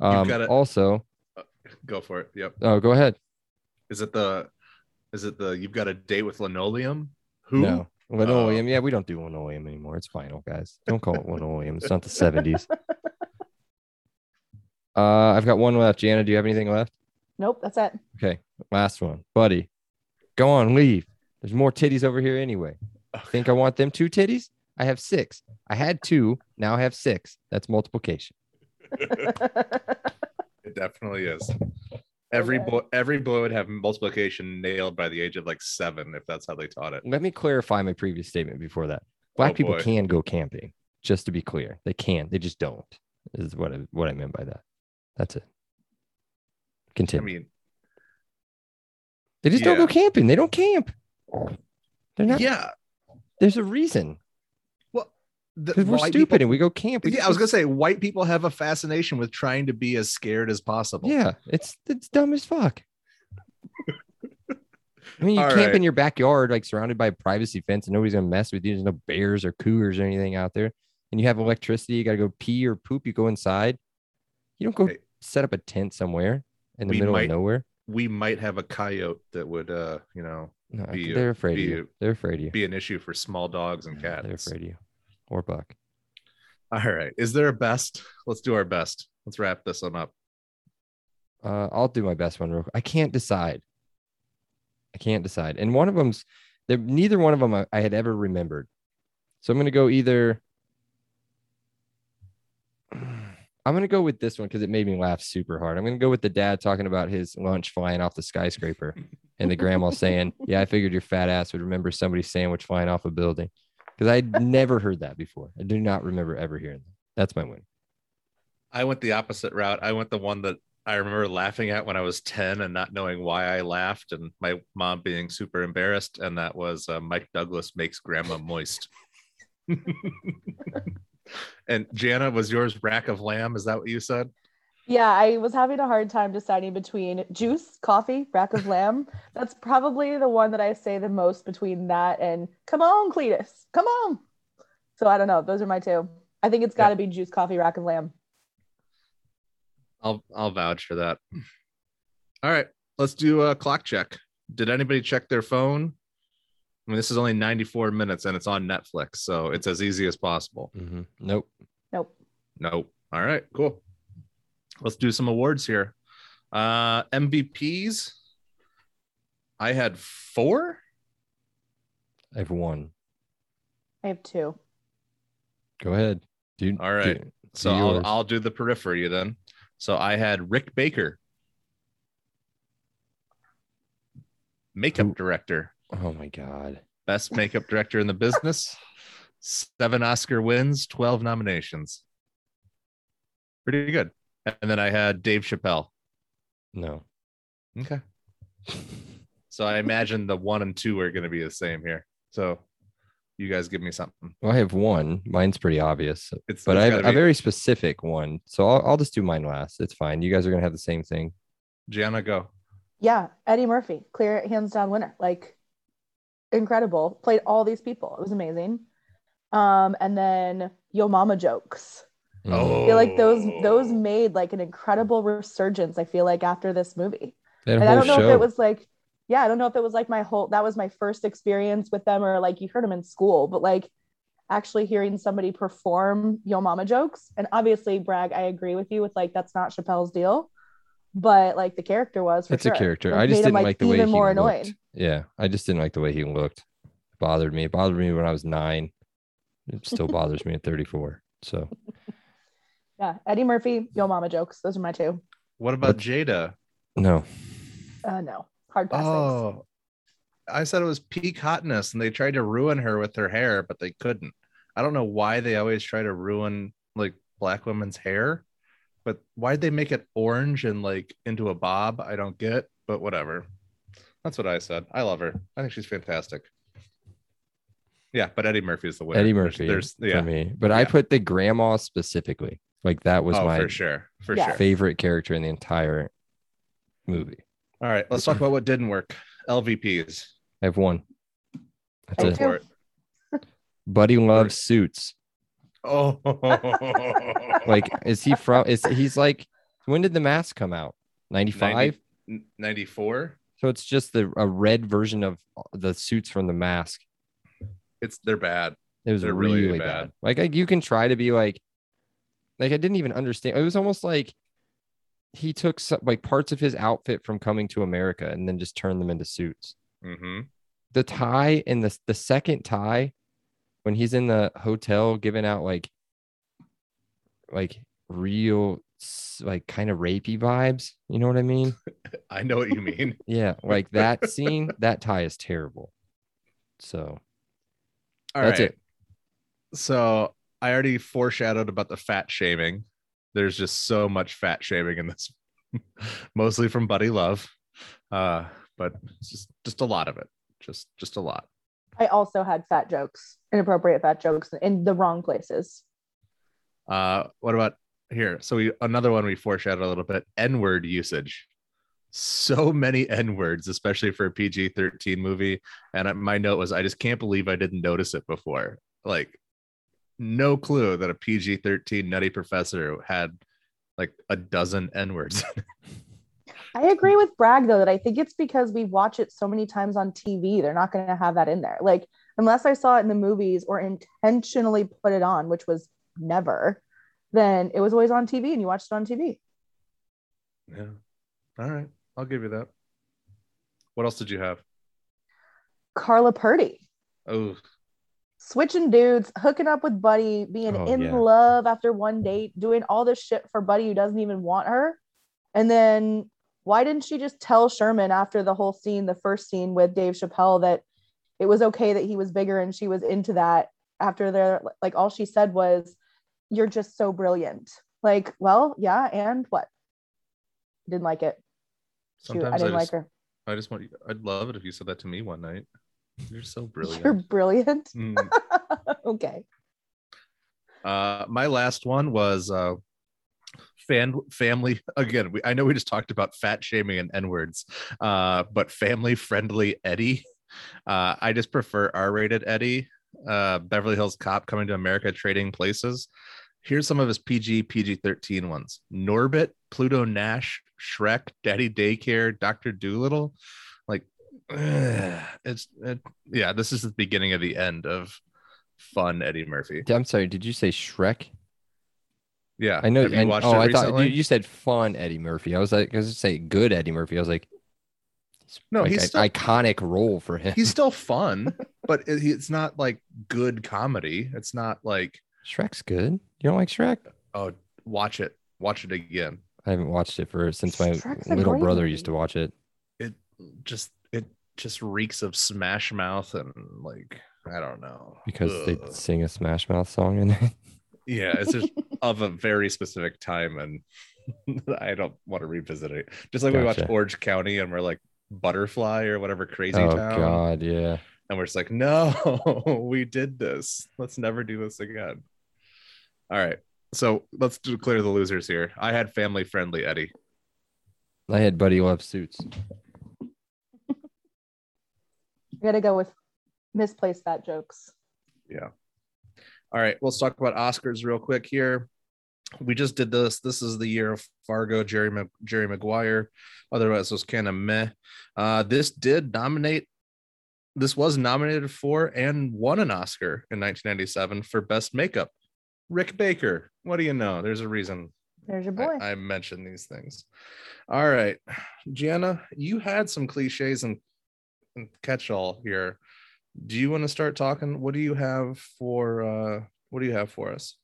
B: Um,
A: gotta-
B: also,
A: Go for it. Yep.
B: oh, go ahead.
A: Is it the? Is it the? You've got a date with linoleum. Who? Oh.
B: No. Linoleum. yeah, we don't do linoleum anymore. It's vinyl, guys. Don't call it linoleum. It's not the 70s. Uh, I've got one left. Jana, do you have anything left?
C: Nope, that's it.
B: Okay. Last one. Buddy, go on, leave. There's more titties over here anyway. Think I want them two titties? I have six. I had two. Now I have six. That's multiplication.
A: It definitely is. Every
C: Okay.
A: boy, every boy would have multiplication nailed by the age of like seven, if that's how they taught it.
B: Let me clarify my previous statement before that. Black
A: Oh,
B: people
A: boy.
B: can go camping, just to be clear. They can. They just don't, is what I, what I meant by that. That's it.
A: I
B: Continue.
A: mean,
B: They just
A: Yeah.
B: don't go camping. They don't camp. They're not.
A: yeah.
B: There's a reason
A: Well, the,
B: because we're
A: white
B: stupid
A: people-
B: and we go camp. We
A: yeah, I was gonna say white people have a fascination with trying to be as scared as possible.
B: Yeah, it's it's dumb as fuck. I mean, you
A: All
B: camp
A: right.
B: in your backyard, like surrounded by a privacy fence, and nobody's gonna mess with you. There's no bears or cougars or anything out there, and you have electricity. You gotta go pee or poop. You go inside. You don't go
A: Hey.
B: set up a tent somewhere in the
A: We
B: middle
A: might
B: of nowhere.
A: We might have a coyote that would, uh, you know,
B: No,
A: be a-
B: they're afraid
A: be
B: of you. They're afraid of you.
A: be an issue for small dogs and
B: Yeah, They're
A: cats.
B: afraid of you. Or buck.
A: All right, is there a best? Let's do our best. Let's wrap this one up.
B: Uh, I'll do my best one real quick. I can't decide. I can't decide. And one of them's there, neither one of them I, I had ever remembered. So I'm gonna go either. I'm gonna go with this one because it made me laugh super hard. I'm gonna go with the dad talking about his lunch flying off the skyscraper and the grandma saying, Yeah, I figured your fat ass would remember somebody's sandwich flying off a building. Because I'd never heard that before. I do not remember ever hearing that. That's my win.
A: I went the opposite route. I went the one that I remember laughing at when I was 10 and not knowing why I laughed, and my mom being super embarrassed. And that was uh, Mike Douglas makes grandma moist. and Jana, was yours rack of lamb? Is that what you said?
C: Yeah, I was having a hard time deciding between juice, coffee, rack of lamb. That's probably the one that I say the most between that and come on, Cletus, come on. So I don't know. Those are my two. I think it's got to be juice, coffee, rack of lamb.
A: I'll I'll vouch for that. All right, let's do a clock check. Did anybody check their phone? I mean, this is only 94 minutes and it's on Netflix, so it's as easy as possible.
B: Mm-hmm. Nope.
C: Nope.
A: Nope. All right, cool. Let's do some awards here. Uh MVPs. I had four.
B: I've won.
C: I have two.
B: Go ahead. Dude.
A: All right.
B: do-
A: So
B: Yours.
A: I'll, I'll do the periphery then. So I had Rick Baker, makeup
B: Who-
A: director,
B: oh my God.
A: best makeup director in the business. Seven Oscar wins, 12 nominations. Pretty good. And then I had Dave Chappelle.
B: No.
A: Okay. So I imagine the one and two are going to be the same here. So you guys give me something.
B: Well, I have one. Mine's pretty obvious,
A: It's
B: but
A: it's
B: I have
A: gotta
B: a
A: be-
B: very specific one. So I'll, I'll just do mine last. It's fine. You guys are going to have the same thing.
A: Gianna go.
C: Yeah, Eddie Murphy, clear hands down winner. Like incredible. Played all these people. It was amazing. Um, and then Yo Mama jokes.
B: Mm.
A: Oh,
C: I feel like those those made like an incredible resurgence, I feel like, after this movie.
B: that
C: And I
B: whole
C: don't know
B: show.
C: if it was like, yeah, I don't know if it was like my whole that was my first experience with them or like you heard them in school, but like actually hearing somebody perform Yo Mama jokes. And obviously, Bragg, I agree with you with like that's not Chappelle's deal, but like the character was for
B: it's
C: sure.
B: a character.
C: Like,
B: I just
C: made him,
B: didn't like, the way
C: even
B: he
C: more
B: looked.
C: annoyed.
B: Yeah, I just didn't like the way he looked. It bothered me. It bothered me when I was nine. It still bothers me at 34. So
C: Yeah, Eddie Murphy, Yo Mama jokes. Those are my two.
A: What about Jada?
B: no,
C: Uh, no, hard pass. thanks.
A: Oh, I said it was peak hotness, and they tried to ruin her with her hair, but they couldn't. I don't know why they always try to ruin like black women's hair, but why'd they make it orange and like into a bob? I don't get, but whatever. That's what I said. I love her. I think she's fantastic. Yeah, but Eddie Murphy is the winner.
B: Eddie
A: There's-
B: Murphy
A: There's,
B: for
A: yeah,
B: me. But I
A: Yeah.
B: put the grandma specifically. Like that was
A: oh,
B: my
A: for sure, for
C: Yeah.
A: sure.
B: favorite character in the entire movie.
A: All right, let's talk about what didn't work. LVPs.
B: I have one. That's
C: I
B: it.
A: Go
C: do.
A: for it.
B: Buddy loves suits.
A: Oh,
B: Like, is he from? Is he's like? When did the mask come out? Ninety five.
A: 94.
B: So it's just the a red version of the suits from the mask.
A: It's they're bad.
B: It was
A: They're
B: really,
A: really
B: bad.
A: bad.
B: Like, like you can try to be like, like I didn't even understand. It was almost like he took some, like parts of his outfit from Coming to America and then just turned them into suits.
A: Mm-hmm.
B: The tie and the the second tie, when he's in the hotel giving out like, like real s- like kind of rapey vibes. You know what I mean?
A: I know what you mean.
B: Yeah, like that scene. That tie is terrible. So
A: All right.
B: that's it.
A: So I already foreshadowed about the fat shaming. There's just so much fat shaming in this, mostly from Buddy Love, uh, but it's just just a lot of it. Just just a lot.
C: I also had fat jokes, inappropriate fat jokes in the wrong places.
A: Uh, what about here? So we another one we foreshadowed a little bit. N word usage. So many N words, especially for a PG thirteen movie. And I- my note was, I just can't believe I didn't notice it before. Like, no clue that a PG thirteen Nutty Professor had like a dozen N words.
C: I agree with Bragg though that I think it's because we watch it so many times on TV, they're not going to have that in there. Like unless I saw it in the movies or intentionally put it on, which was never, then it was always on TV and you watched it on TV.
A: yeah. All right, I'll give you that. What else did you have?
C: Carla Purdy
A: Oh,
C: switching dudes, hooking up with Buddy, being
B: Oh,
C: in
B: yeah.
C: love after one date, doing all this shit for Buddy who doesn't even want her. And then why didn't she just tell Sherman after the whole scene, the first scene with Dave Chappelle, that it was okay that he was bigger and she was into that after their, like, all she said was, You're just so brilliant. Like, well, yeah. And what? Didn't like it. Shoot, I
A: sometimes I,
C: didn't like
A: just,
C: her.
A: I just want. You, I'd love it if you said that to me one night. You're so brilliant.
C: You're brilliant.
A: Mm.
C: okay.
A: Uh, my last one was uh, fan family. Again, we, I know we just talked about fat shaming and n words, uh, but family friendly Eddie. Uh, I just prefer R rated Eddie. Uh, Beverly Hills Cop coming to America, trading places. Here's some of his PG PG 13 ones: Norbit, Pluto Nash, Shrek, Daddy Daycare, Doctor Doolittle. Like, it's it, yeah. This is the beginning of the end of fun Eddie Murphy.
B: I'm sorry. Did you say Shrek?
A: Yeah,
B: I know.
A: Have you
B: I,
A: watched
B: oh,
A: it
B: I thought
A: recently?
B: you, you said fun Eddie Murphy. I was like, I was gonna say good Eddie Murphy. I was like, it's
A: No,
B: like
A: he's
B: an
A: still-
B: iconic role for him.
A: He's still fun, but it, it's not like good comedy. It's not like
B: Shrek's good. You don't like Shrek?
A: oh, watch it, watch it again.
B: I haven't watched it for since my
C: Shrek's a
B: little
C: great
B: brother
C: movie.
B: used to watch it.
A: It just it just reeks of Smash Mouth and like I don't know
B: because
A: Ugh.
B: they sing a Smash Mouth song in it.
A: yeah, it's just of a very specific time, and I don't want to revisit it. Just like we watched
B: Gotcha.
A: Orange County, and we're like Butterfly or whatever crazy
B: oh
A: town,
B: God, yeah.
A: and we're just like, no, we did this. Let's never do this again. All right. So let's declare the losers here. I had family friendly Eddie.
B: I had Buddy Love suits.
C: I got to go with misplaced fat jokes.
A: All right. Let's talk about Oscars real quick here. We just did this. This is the year of Fargo, Jerry, Mag- Jerry Maguire. Otherwise, it was kind of meh. Uh, this did nominate, this was nominated for and won an Oscar in 1997 for Best Makeup. Rick Baker. What do you know? There's a reason
C: There's your
A: I-
C: boy.
A: I, mentioned these things. All right, Gianna, you had some cliches and, and catch-all here. Do you want to start talking? What do you have for uh what do you have for us?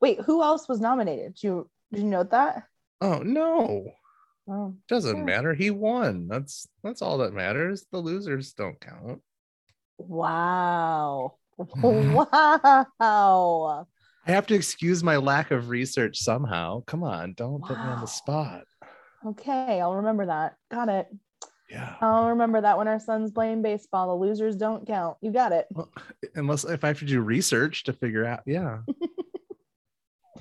C: Wait, who else was nominated? Did you did you note that?
A: Oh no,
C: Oh,
A: doesn't
C: Yeah.
A: matter. He won. That's that's all that matters. The losers don't count.
C: wow. wow.
A: I have to excuse my lack of research somehow. Come on, don't put me on
C: Wow.
A: the spot.
C: Okay, I'll remember that. Got it.
A: Yeah.
C: I'll remember that when our sons playing baseball, the losers don't count. You got it.
A: Well, unless if I have to do research to figure out. Yeah.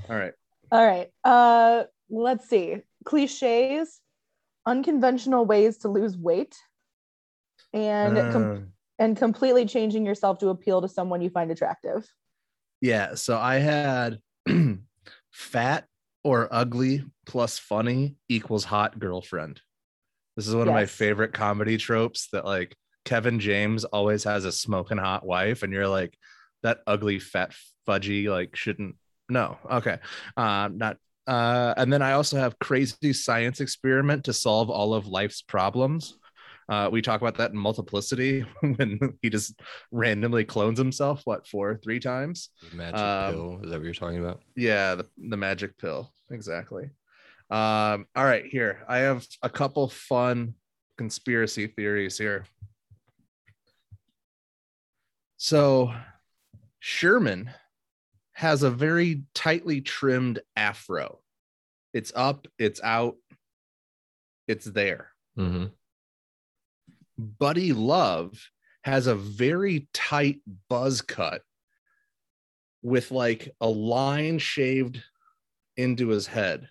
A: all right.
C: All right. Uh let's see. Clichés, unconventional ways to lose weight, and com-
A: Uh.
C: and completely changing yourself to appeal to someone you find attractive.
A: Yeah, so I had fat or ugly plus funny equals hot girlfriend. This is one of my
C: Yes.
A: favorite comedy tropes that like Kevin James always has a smoking hot wife, and you're like, that ugly fat fudgy like shouldn't. No, okay, um, not. Uh, and then I also have crazy science experiment to solve all of life's problems. Uh, we talk about that in multiplicity when he just randomly clones himself, what four, three times?
B: Magic
A: Um,
B: pill. Is that what you're talking about?
A: Yeah, the, the magic pill. Exactly. Um, all right, here. I have a couple fun conspiracy theories here. So, Sherman has a very tightly trimmed afro. It's up, it's out, it's there.
B: Mm-hmm.
A: Buddy Love has a very tight buzz cut with like a line shaved into his head.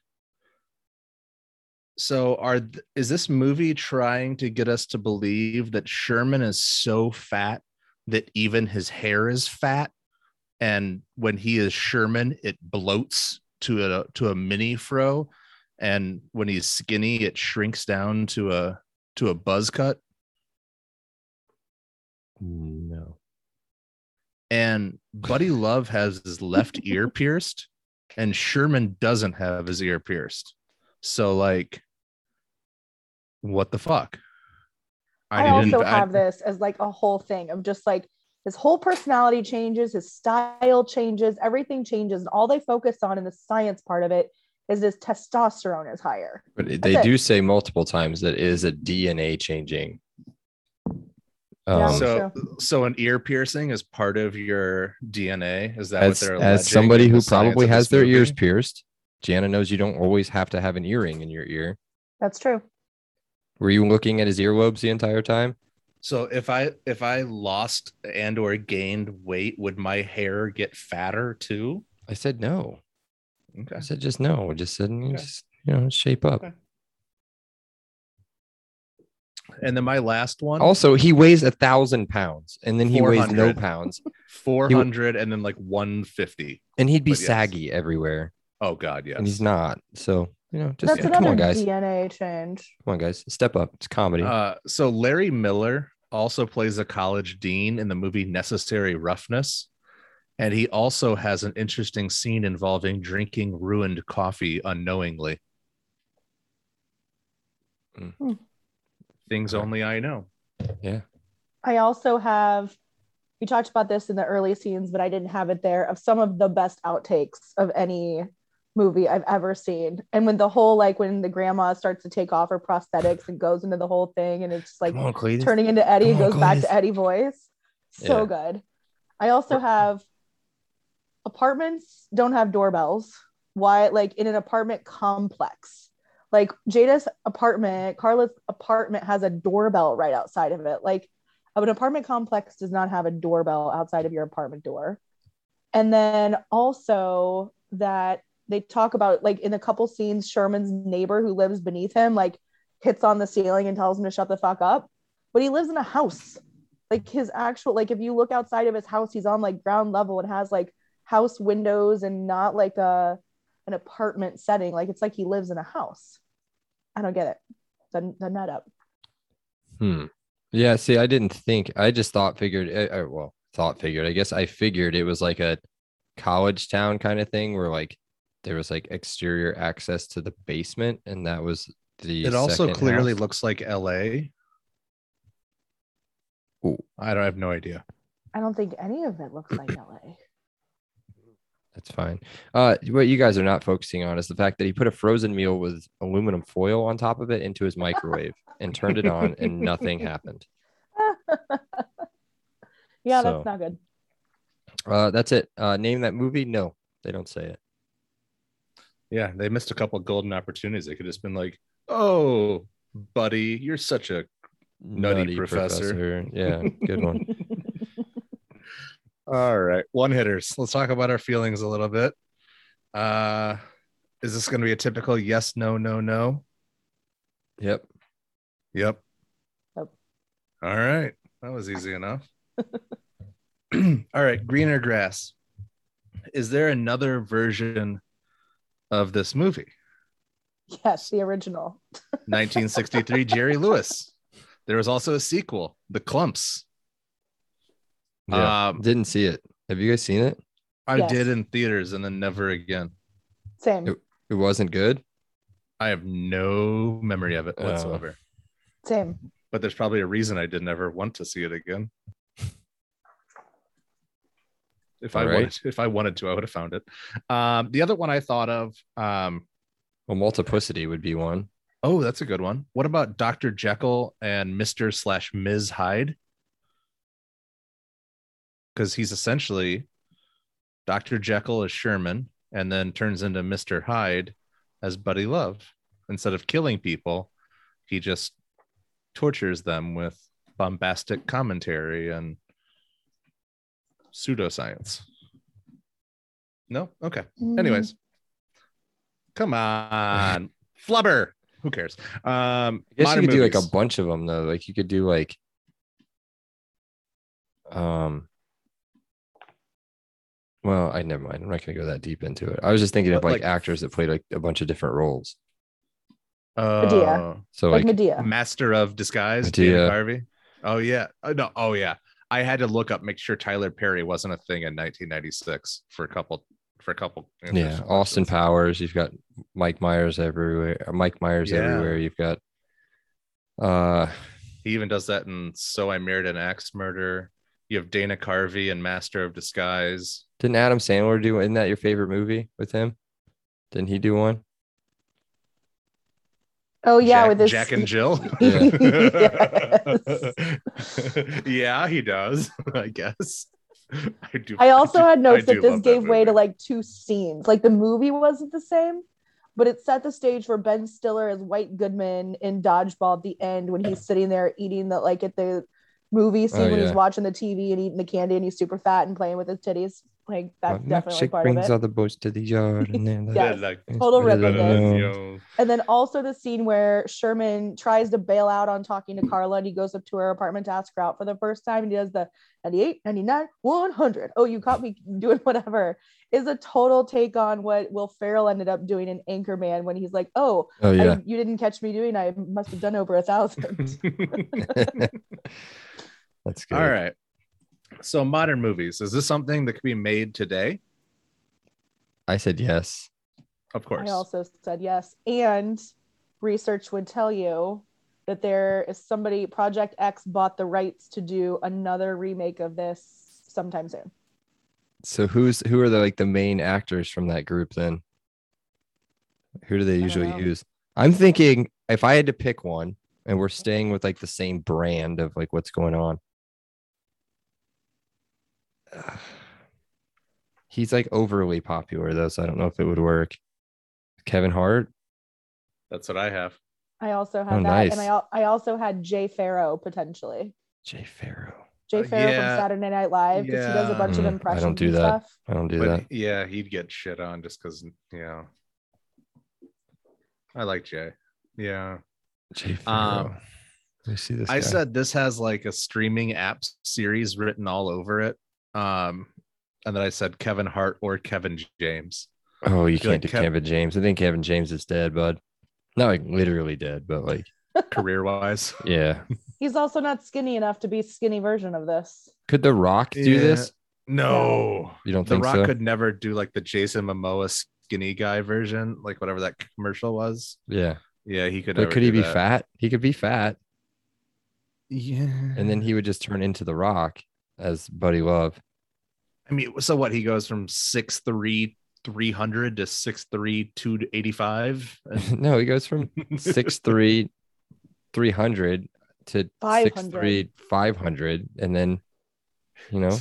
A: So are th- is this movie trying to get us to believe that Sherman is so fat that even his hair is fat and when he is Sherman it bloats to a to a mini fro and when he's skinny it shrinks down to a to a buzz cut?
B: No.
A: and Buddy Love has his left ear pierced, and Sherman doesn't have his ear pierced. So, like, what the fuck?
C: I,
A: didn't-
C: also
A: I-
C: have this as like a whole thing of just like his whole personality changes, his style changes, everything changes. And all they focus on in the science part of it is his testosterone is higher.
B: But it-
C: That's
B: they
C: it.
B: do say multiple times that it is a DNA changing. Um,
C: So-
A: so an ear piercing is part of your DNA. Is that
B: as,
A: what they're
B: as
A: alleging
B: somebody
A: in the
B: who
A: science
B: probably
A: of
B: has
A: this
B: their ears
A: movie?
B: pierced, Jana knows you don't always have to have an earring in your ear.
C: That's true.
B: Were you looking at his earlobes the entire time?
A: So if I if I lost and or gained weight, would my hair get fatter too?
B: I said no.
A: Okay.
B: I said just no. I just said you
A: Okay.
B: just, you know shape up.
A: Okay. And then my last one,
B: Also, he weighs a thousand pounds, and then he weighs no
A: 400.
B: pounds,
A: four hundred, and then like one fifty.
B: and he'd be
A: But yes.
B: saggy everywhere,
A: Oh God, yes.
B: and he's not. So you know, just
C: That's
A: yeah,
B: come
C: another
B: on, guys,
C: DNA change.
B: come on, guys, step up. It's comedy.
A: Uh, so Larry Miller also plays a college dean in the movie Necessary Roughness, and he also has an interesting scene involving drinking ruined coffee unknowingly.
B: Mm.
C: Hmm.
A: Things
B: Okay.
A: only I know.
B: yeah,
C: I also have, we talked about this in the early scenes, but I didn't have it there, of some of the best outtakes of any movie I've ever seen. And when the whole, like, when the grandma starts to take off her prosthetics and goes into the whole thing, and it's just like
B: come on, Cletus.
C: turning into Eddie, it
B: Come on,
C: goes back
B: Gladys.
C: to Eddie voice. So good. I also have apartments don't have doorbells. Why, like in an apartment complex, like Jada's apartment, Carla's apartment has a doorbell right outside of it. Like an apartment complex does not have a doorbell outside of your apartment door. And then also that they talk about like in a couple scenes, Sherman's neighbor who lives beneath him, like hits on the ceiling and tells him to shut the fuck up. But he lives in a house. Like his actual, like if you look outside of his house, he's on like ground level and has like house windows and not like a an apartment setting. Like it's like he lives in a house. I don't get it. Doesn't doesn't add up.
B: Hmm. Yeah. See, I didn't think. I just thought, figured. I, I- well, thought figured. I guess I figured it was like a college town kind of thing where like there was like exterior access to the basement, and that was the.
A: It also
B: second
A: clearly
B: house.
A: looks like L.A.
B: Ooh.
A: I don't I have no idea.
C: I don't think any of it looks like LA.
B: That's fine. Uh, what you guys are not focusing on is the fact that he put a frozen meal with aluminum foil on top of it into his microwave and turned it on, and nothing happened.
C: Yeah,
B: So-
C: that's not good.
B: Uh, that's it. Uh, name that movie? No, they don't say it.
A: Yeah, they missed a couple golden opportunities. They could have just been like, "Oh, buddy, you're such a." Nutty Professor.
B: Yeah, good one.
A: All right, one hitters. Let's talk about our feelings a little bit. Uh, is this going to be a typical yes, no, no, no?
B: Yep.
A: Yep.
C: Yep.
A: All right. That was easy enough. All right. Greener grass. Is there another version of this movie?
C: Yes, the original.
A: 1963, Jerry Lewis. There was also a sequel, The Clumps.
B: Yeah.
A: Um,
B: Didn't see it. Have you guys seen it?
A: I
C: Yes.
A: did in theaters and then never again.
C: Same.
B: It- It wasn't good.
A: I have no memory of it
B: Oh.
A: whatsoever.
C: Same.
A: But there's probably a reason I didn't ever want to see it again. If I
B: All right.
A: wanted, if I wanted to, I would have found it. Um, the other one I thought of, um,
B: Well, multiplicity would be one.
A: oh, that's a good one. What about Doctor Jekyll and Mister slash Ms Hyde? Because he's essentially Doctor Jekyll as Sherman, and then turns into Mister Hyde as Buddy Love. Instead of killing people, he just tortures them with bombastic commentary and pseudoscience. No, okay. Anyways, come on, flubber. Who cares? Um,
B: I guess
A: modern
B: you could do like a
A: movies.
B: bunch of them though. Like you could do like, um, well, I never mind. I'm not gonna go that deep into it. I was just thinking of
A: But,
B: like,
A: like-
B: actors that played like a bunch of different roles.
A: Oh,
B: So
C: like,
B: like,
C: Medea.
A: master of disguise,
B: Idea.
A: David Harvey. Oh yeah, oh, no, oh yeah. I had to look up, make sure Tyler Perry wasn't a thing in 1996 for a couple, for a couple.
B: yeah, Austin Powers. You've got Mike Myers everywhere. uh, Mike Myers
A: Yeah.
B: everywhere. You've got, uh,
A: He even does that in So I Married an Axe Murderer. You have Dana Carvey and Master of Disguise.
B: didn't Adam Sandler do? Isn't that your favorite movie with him? Didn't he do one?
C: Oh yeah,
A: Jack,
C: with his
A: Jack and Jill. yeah, he does. I guess. I do.
C: I also
A: do-
C: had notes
A: I do
C: that this
A: love that
C: gave way
A: movie.
C: to like two scenes. Like the movie wasn't the same, but it set the stage for Ben Stiller as White Goodman in Dodgeball at the end when he's sitting there eating the like at the movie scene
B: Oh,
C: when he's
B: yeah.
C: watching the TV and eating the candy and he's super fat and playing with his titties. Like that's
B: My
C: definitely
B: milkshake
C: part of
B: brings
C: it.
B: all the boys to the yard, and then
A: Yeah,
C: Yes.
A: like,
C: Total
B: Instead of
C: rip of
B: the-
C: And then also the scene where Sherman tries to bail out on talking to Carla and he goes up to her apartment to ask her out for the first time and he does the 98, 99, 100. Oh, you caught me doing whatever is a total take on what Will Ferrell ended up doing in Anchorman when he's like, oh,
B: Oh
C: I-
B: yeah.
C: you didn't catch me doing, I must have done over a thousand.
B: That's good.
A: All right. So modern movies. Is this something that could be made today?
B: I said yes.
A: Of
C: I
A: course.
C: also said yes. And research would tell you that there is somebody, Project X bought the rights to do another remake of this sometime soon.
B: So who's who are the like the main actors from that group then? Who do they
C: don't
B: usually
C: know.
B: use? I'm thinking if I had to pick one, and we're staying with like the same brand of like what's going on. He's like overly popular though, so I don't know if it would work. Kevin Hart.
A: That's what I have.
C: I also had
B: Oh,
C: that,
B: nice.
C: and I al- I also had Jay Farrow potentially.
B: Jay Farrow.
C: Jay
A: Uh,
C: Farrow
A: yeah.
C: from Saturday Night Live because he does a
A: Yeah.
C: bunch
B: Mm, I
C: of
B: don't
C: impressions
B: do
C: and
B: that.
C: stuff.
B: I don't do
A: but
B: that.
A: yeah, he'd get shit on just because, yeah. I like Jay. Yeah.
B: Jay Farrow. Let me see this.
A: Um, I
B: guy.
A: said this has like a streaming app series written all over it. Um, and then I said Kevin Hart or Kevin James.
B: Oh, you
A: feel
B: can't
A: like
B: do
A: Kev-
B: Kevin James. I think Kevin James is dead, bud. Not like literally dead, but like
A: career wise.
B: yeah.
C: He's also not skinny enough to be skinny version of this.
B: Could The Rock do
A: Yeah.
B: this?
A: No,
B: You don't
A: The
B: think
A: Rock
B: so?
A: could never do like the Jason Momoa skinny guy version, like whatever that commercial was.
B: yeah,
A: Yeah, he could.
B: but
A: never
B: could he
A: do
B: be
A: that.
B: fat? He could be fat,
A: Yeah.
B: and then he would just turn into The Rock as Buddy Love.
A: I mean, so what? He goes from six three three hundred to six three two eighty five.
B: no, he goes from six three, three hundred to six
C: 500.
B: three five hundred, and then you know,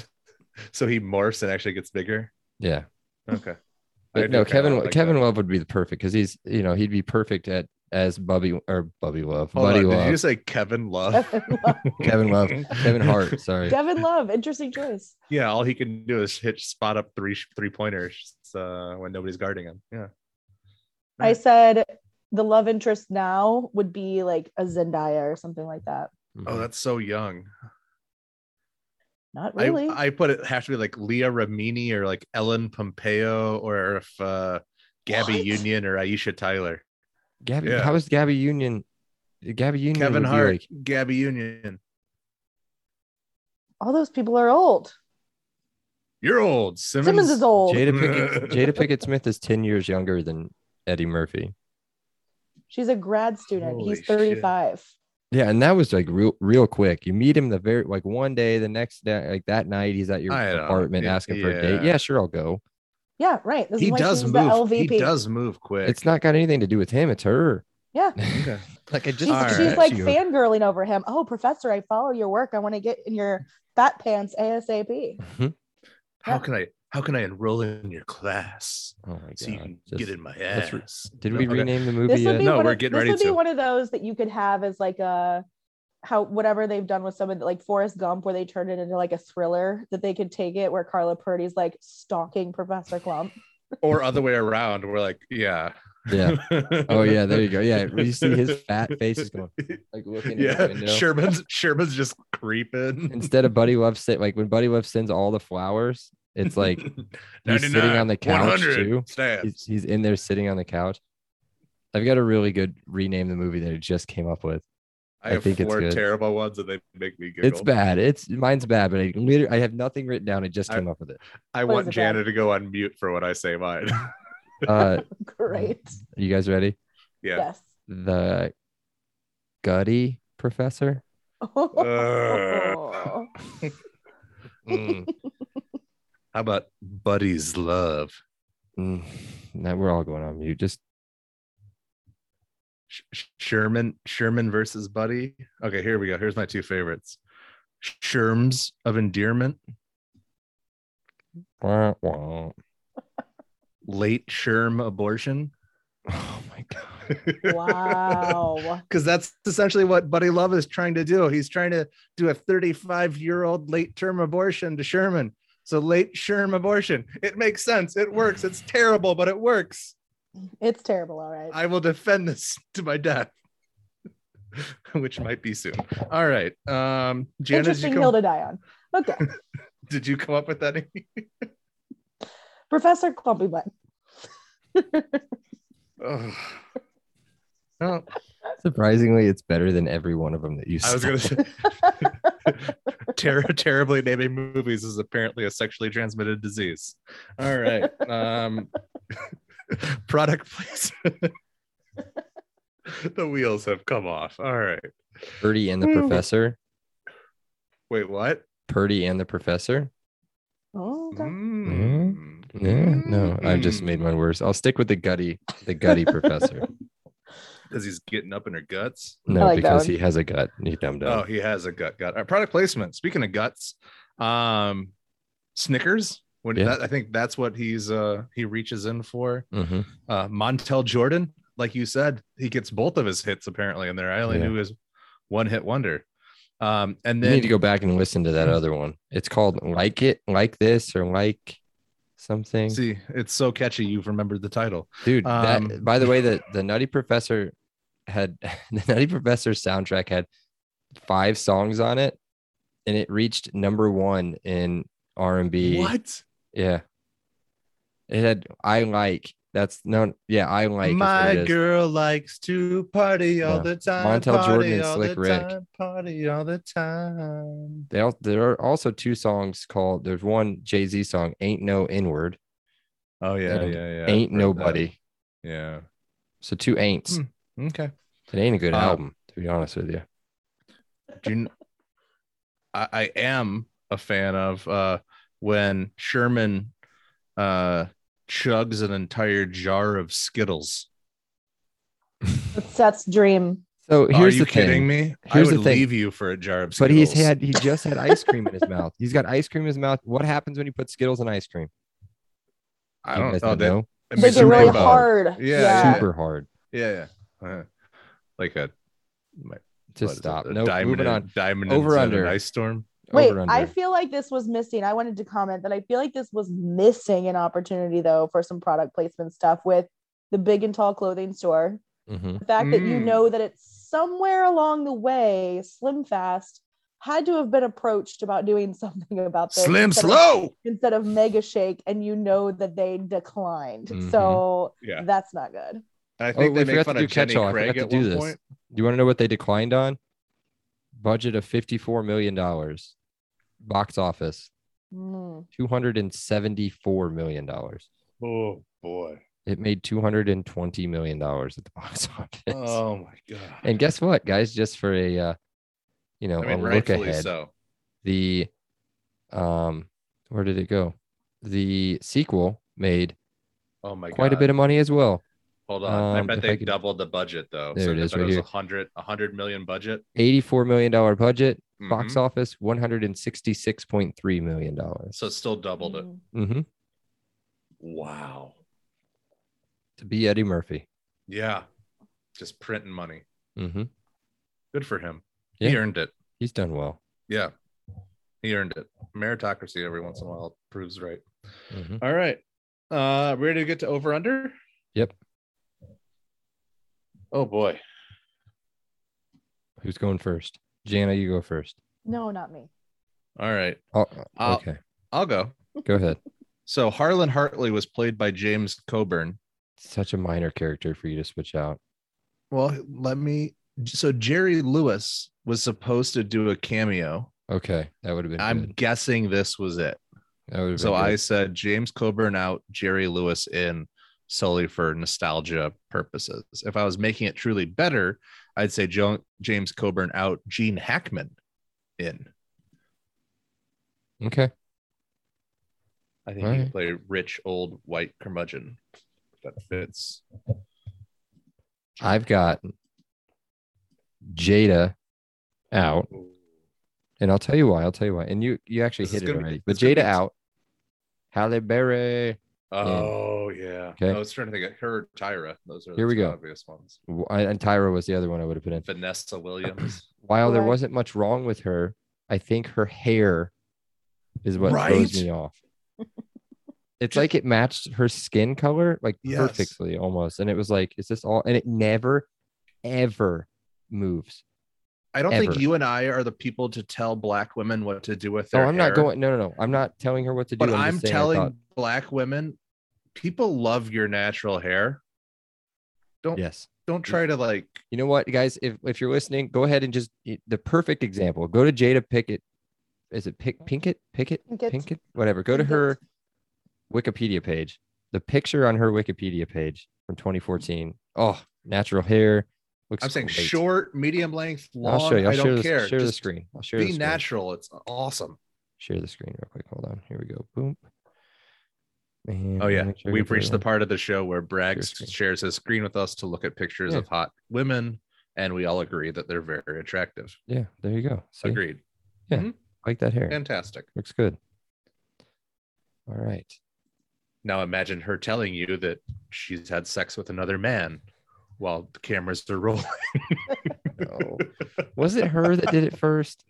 A: So he morphs and actually gets bigger.
B: yeah.
A: Okay. I
B: But
A: do kinda
B: no, Kevin
A: like
B: Kevin
A: that.
B: Love would be the perfect because he's you know he'd be perfect at as Bubby or Bubby Love,
A: Hold
B: Buddy
A: on,
B: Love,
A: Did you say Kevin Love?
C: Devin Love,
B: Kevin Love. Kevin Hart. Sorry.
C: Devin Love, interesting choice.
A: Yeah, all he can do is hit spot up three three pointers uh, when nobody's guarding him. Yeah.
C: I said the love interest now would be like a Zendaya or something like that.
A: Oh, that's so young.
C: Not really.
A: I, I put it has to be like Leah Ramini or like Ellen Pompeo or if uh, Gabby
C: What?
A: Union or Aisha Tyler.
B: Gabby,
A: Yeah.
B: how is Gabby Union? Gabby Union.
A: Kevin
B: would be
A: Hart,
B: like-
A: Gabby Union.
C: All those people are old.
A: You're old. Simmons,
C: Simmons, is old.
B: Jada Pickett, Jada Pickett Smith is 10 years younger than Eddie Murphy.
C: She's a grad student.
A: Holy
C: He's 35.
B: Yeah, and that was like real real quick. You meet him the very like one day, the next day, like that night, he's at your
A: I don't-
B: apartment
A: y-
B: asking for a
A: yeah.
B: date. Yeah, sure, I'll go.
C: Yeah, right. This
A: He
C: is why
A: does
C: she's
A: move.
C: the LVP.
A: He does move quick.
B: It's not got anything to do with him, it's her.
C: Yeah.
A: Okay.
B: like I just
C: She's,
A: All
B: met
C: she's
A: right.
C: like
B: you.
C: fangirling over him. Oh, professor, I follow your work. I want to get in your fat pants ASAP.
B: Mhm.
A: How can I? How can I enroll in your class
B: Oh my god.
A: so you can
B: Just-
A: get in my
B: let's re-
A: ass?
B: Did we
A: Okay.
B: rename the
C: This
B: movie
C: would
B: yet?
C: be,
A: uh, No,
C: one,
A: we're
C: of,
A: getting
C: this
A: ready
C: would be
A: to.
C: one of those that you could have as like a how whatever they've done with someone like Forrest Gump, where they turned it into like a thriller that they could take it where Carla Purdy's like stalking Professor Clump.
A: Or other way around. We're like, yeah.
B: Yeah. Oh yeah, there you go. Yeah, you see his fat face is going like looking at the
A: Yeah,
B: window.
A: Sherman's Sherman's just creeping.
B: Instead of Buddy Love sit like when Buddy Love sends all the flowers, it's like he's sitting on the couch
A: 100
B: too.
A: Stands.
B: he's, he's in there sitting on the couch. I've got a really good rename the movie that I just came up with.
A: I
B: I
A: have
B: think it's
A: four
B: good.
A: terrible ones and they make me giggle.
B: It's bad. It's mine's bad, but I literally I have nothing written down. I just
A: I-
B: came up with it.
A: I
C: What is
A: want
C: it, Brad?
A: Jana to go on mute for when I say mine.
B: Uh,
C: Great.
B: are you guys ready?
A: yeah.
C: Yes.
B: The Gutty Professor.
A: Uh. Mm. How about Buddy's Love?
B: Mm, now we're all going on mute. Just
A: Sh- Sh- Sherman Sherman versus Buddy. Okay, here we go. Here's my two favorites. Sherms of endearment,
B: wah, wah.
A: late Sherm abortion.
B: oh my god.
C: wow.
A: Because that's essentially what Buddy Love is trying to do. He's trying to do a 35 year old late term abortion to Sherman. So, late Sherm abortion. It makes sense. It works. It's terrible, but it works.
C: It's terrible. All right.
A: I will defend this to my death, which might be soon. All right. Um, Jana, did you,
C: Interesting hill
A: come,
C: to die on. Okay.
A: did you come up with that?
C: Professor Clumpy Butt.
A: Ugh. Oh,
B: Surprisingly, it's better than every one of them that you.
A: I was
B: said.
A: gonna say, ter- terribly naming movies is apparently a sexually transmitted disease. All right, um, product placement. the wheels have come off. All right,
B: Purdy and the
C: Mm.
B: Professor.
A: wait, what?
B: Purdy and the Professor.
C: Oh,
A: Mm-hmm.
C: okay.
A: Mm.
B: Yeah, no, I just
A: Mm.
B: made mine worse. I'll stick with the Gutty, the Gutty Professor.
A: because he's getting up in her guts.
B: No,
C: like that
B: because
C: one.
B: he has a gut. You dumb
A: Oh,
B: dumb.
A: he has a gut gut. All right, product placement. Speaking of guts, um, Snickers. When
B: Yeah.
A: that, I think that's what he's uh he reaches in for.
B: Mhm.
A: Uh, Montel Jordan, like you said, he gets both of his hits apparently in there. I only
B: Yeah.
A: knew his one hit wonder. Um, and
B: you
A: then
B: need to go back and listen to that other one. It's called "Like It," like this, or like something.
A: see, it's so catchy. You've remembered the title.
B: Dude,
A: um,
B: that by the way, the the Nutty Professor had the Nutty Professor soundtrack had five songs on it, and it reached number one in R and B.
A: What?
B: Yeah, it had "I Like." That's no, yeah, I like. is what
A: My
B: it is.
A: girl likes to party all
B: Yeah.
A: the time.
B: Montel Jordan
A: party
B: and
A: all
B: Slick
A: the
B: Rick.
A: time, Party all the time.
B: They all, there are also two songs called. There's one Jay Z song, "Ain't No Inward,"
A: Oh yeah, yeah,
B: And
A: yeah. I've
B: "Ain't
A: heard that.
B: Nobody."
A: Yeah.
B: So two ain'ts.
C: Hmm.
A: Okay.
B: It ain't a good
A: Uh,
B: album, to be honest with you.
A: do you kn- I, I am a fan of uh when Sherman uh chugs an entire jar of Skittles.
C: That's Seth's dream.
B: So
A: Are
B: here's
A: you
B: the thing.
A: kidding me?
B: Here's
A: I would
B: the thing.
A: leave you for a jar of
B: But
A: Skittles.
B: he's had he just had ice cream in his mouth. He's got ice cream in his mouth. What happens when you put Skittles in ice cream?
A: I
B: You
A: don't
B: guys
A: know that.
B: know.
A: I mean,
C: They get
A: super
C: really
B: Rainbow.
C: hard.
A: Yeah, yeah.
B: Super hard.
A: Yeah, yeah. Uh, like a
B: Just
A: what is it,
B: stop.
A: a
B: No,
A: diamond
B: moving
A: in-
B: on.
A: Diamond
B: Over
A: inside
B: under.
A: an ice storm.
C: Wait,
B: Over
C: I
B: under.
C: feel like this was missing. I wanted to comment that I feel like this was missing an opportunity though for some product placement stuff with the big and tall clothing store.
B: Mhm.
C: The fact that you
A: Mm.
C: know that it's somewhere along the way, Slim Fast had to have been approached about doing something about this.
A: Slim
C: instead of-
A: slow.
C: instead of Mega Shake, and you know that they declined. So
A: Mm-hmm. Yeah.
C: that's not good.
A: I think
B: Oh, we
A: they make
B: forgot
A: fun
B: to
A: of
B: do
A: Jenny
B: catch-all. I
A: Craig
B: forgot
A: at
B: to do
A: one
B: this.
A: point.
B: Do you want to know what they declined on? Budget of $54 million. Box office,
C: Mm.
B: $274 million.
A: Oh boy.
B: It made $220 million at the box office.
A: Oh my god.
B: And guess what, guys? Just for a, uh, you know,
A: I mean,
B: a oh, look
A: rightfully
B: ahead.
A: so.
B: the um where did it go the sequel made
A: Oh my
B: quite
A: god.
B: a bit of money as well
A: Hold on. I
B: um,
A: bet
B: if
A: they
B: I could-
A: doubled the budget though.
B: There
A: so
B: it
A: I
B: is
A: bet
B: right
A: it was
B: here.
A: 100 100 million budget.
B: 84 million dollar budget box
A: Mhm.
B: office 166.3 million dollars
A: So it still doubled it.
C: Mm.
B: hmm
A: Wow.
B: to be eddie murphy
A: Yeah. Just printing money.
B: hmm
A: Good for him. He
B: Yeah.
A: earned it.
B: he's done well
A: Yeah. He earned it. Meritocracy every once in a while proves right.
B: Mhm.
A: All right. Uh ready to get to over under?
B: Yep.
A: Oh boy.
B: who's going first jana you go first
C: No, not me.
A: All right.
B: oh
A: I'll-
B: okay
A: I'll go.
B: go ahead
A: So Harlan Hartley was played by James Coburn.
B: such a minor character for you to switch out
A: Well, let me so Jerry Lewis was supposed to do a cameo.
B: okay that would have been
A: I'm
B: good.
A: guessing this was it.
B: That would've been
A: So I
B: good.
A: said James Coburn out, Jerry Lewis in solely for nostalgia purposes. If I was making it truly better, I'd say jo- James Coburn out, Gene Hackman in.
B: okay
A: I think
B: Alright.
A: you play rich old white curmudgeon. That fits.
B: i've got jada out And I'll tell you why. I'll tell you why. And you you actually
A: This is
B: hit it
A: gonna be-
B: already.
A: this
B: But
A: is gonna
B: Jada
A: be-
B: out. Halle Berry.
A: Oh yeah.
B: Okay.
A: I was trying to think of her, Tyra. Those are the
B: Here we
A: two
B: go.
A: obvious ones.
B: W- I- And Tyra was the other one I would have put in.
A: Vanessa Williams.
B: While there
C: Right.
B: wasn't much wrong with her, I think her hair is what
A: Right?
B: throws me off. It's like it matched her skin color like
A: Yes.
B: perfectly almost. And it was like, is this all? And it never, ever moves.
A: I don't think
B: Ever.
A: you and I are the people to tell black women what to do with
B: Oh,
A: their
B: I'm
A: hair,
B: not going. No, no, no. I'm not telling her what to do.
A: But I'm
B: just saying I
A: telling
B: thought-
A: black women, people love your natural hair.
B: yes.
A: Don't try to like
B: you know what, guys? If if you're listening, go ahead and just the perfect example. Go to Jada Pickett. Is it Pick Pinkett? Pickett?
C: Pinkett.
B: Pinkett? Whatever. Go to her Wikipedia page. The picture on her Wikipedia page from 2014. Oh, natural hair. Looks
A: I'm saying
B: great.
A: short, medium length, long.
B: I'll show you. I'll
A: I do
B: share,
A: not
B: the,
A: care.
B: share the
A: Just
B: screen. I'll share the
A: be
B: screen.
A: natural. It's awesome.
B: Share the screen real quick. Hold on. Here we go. Boom. And
A: Oh yeah.
B: make sure I get
A: We've
B: the
A: reached
B: right
A: the
B: one.
A: part of the show where Braggs
B: screen.
A: shares his screen with us to look at pictures
B: Yeah.
A: of hot women, and we all agree that they're very attractive.
B: Yeah, there you go. See?
A: Agreed.
B: Like that hair.
A: Fantastic.
B: Looks good. All right.
A: Now imagine her telling you that she's had sex with another man while the cameras are rolling.
B: No. Was it her that did it first?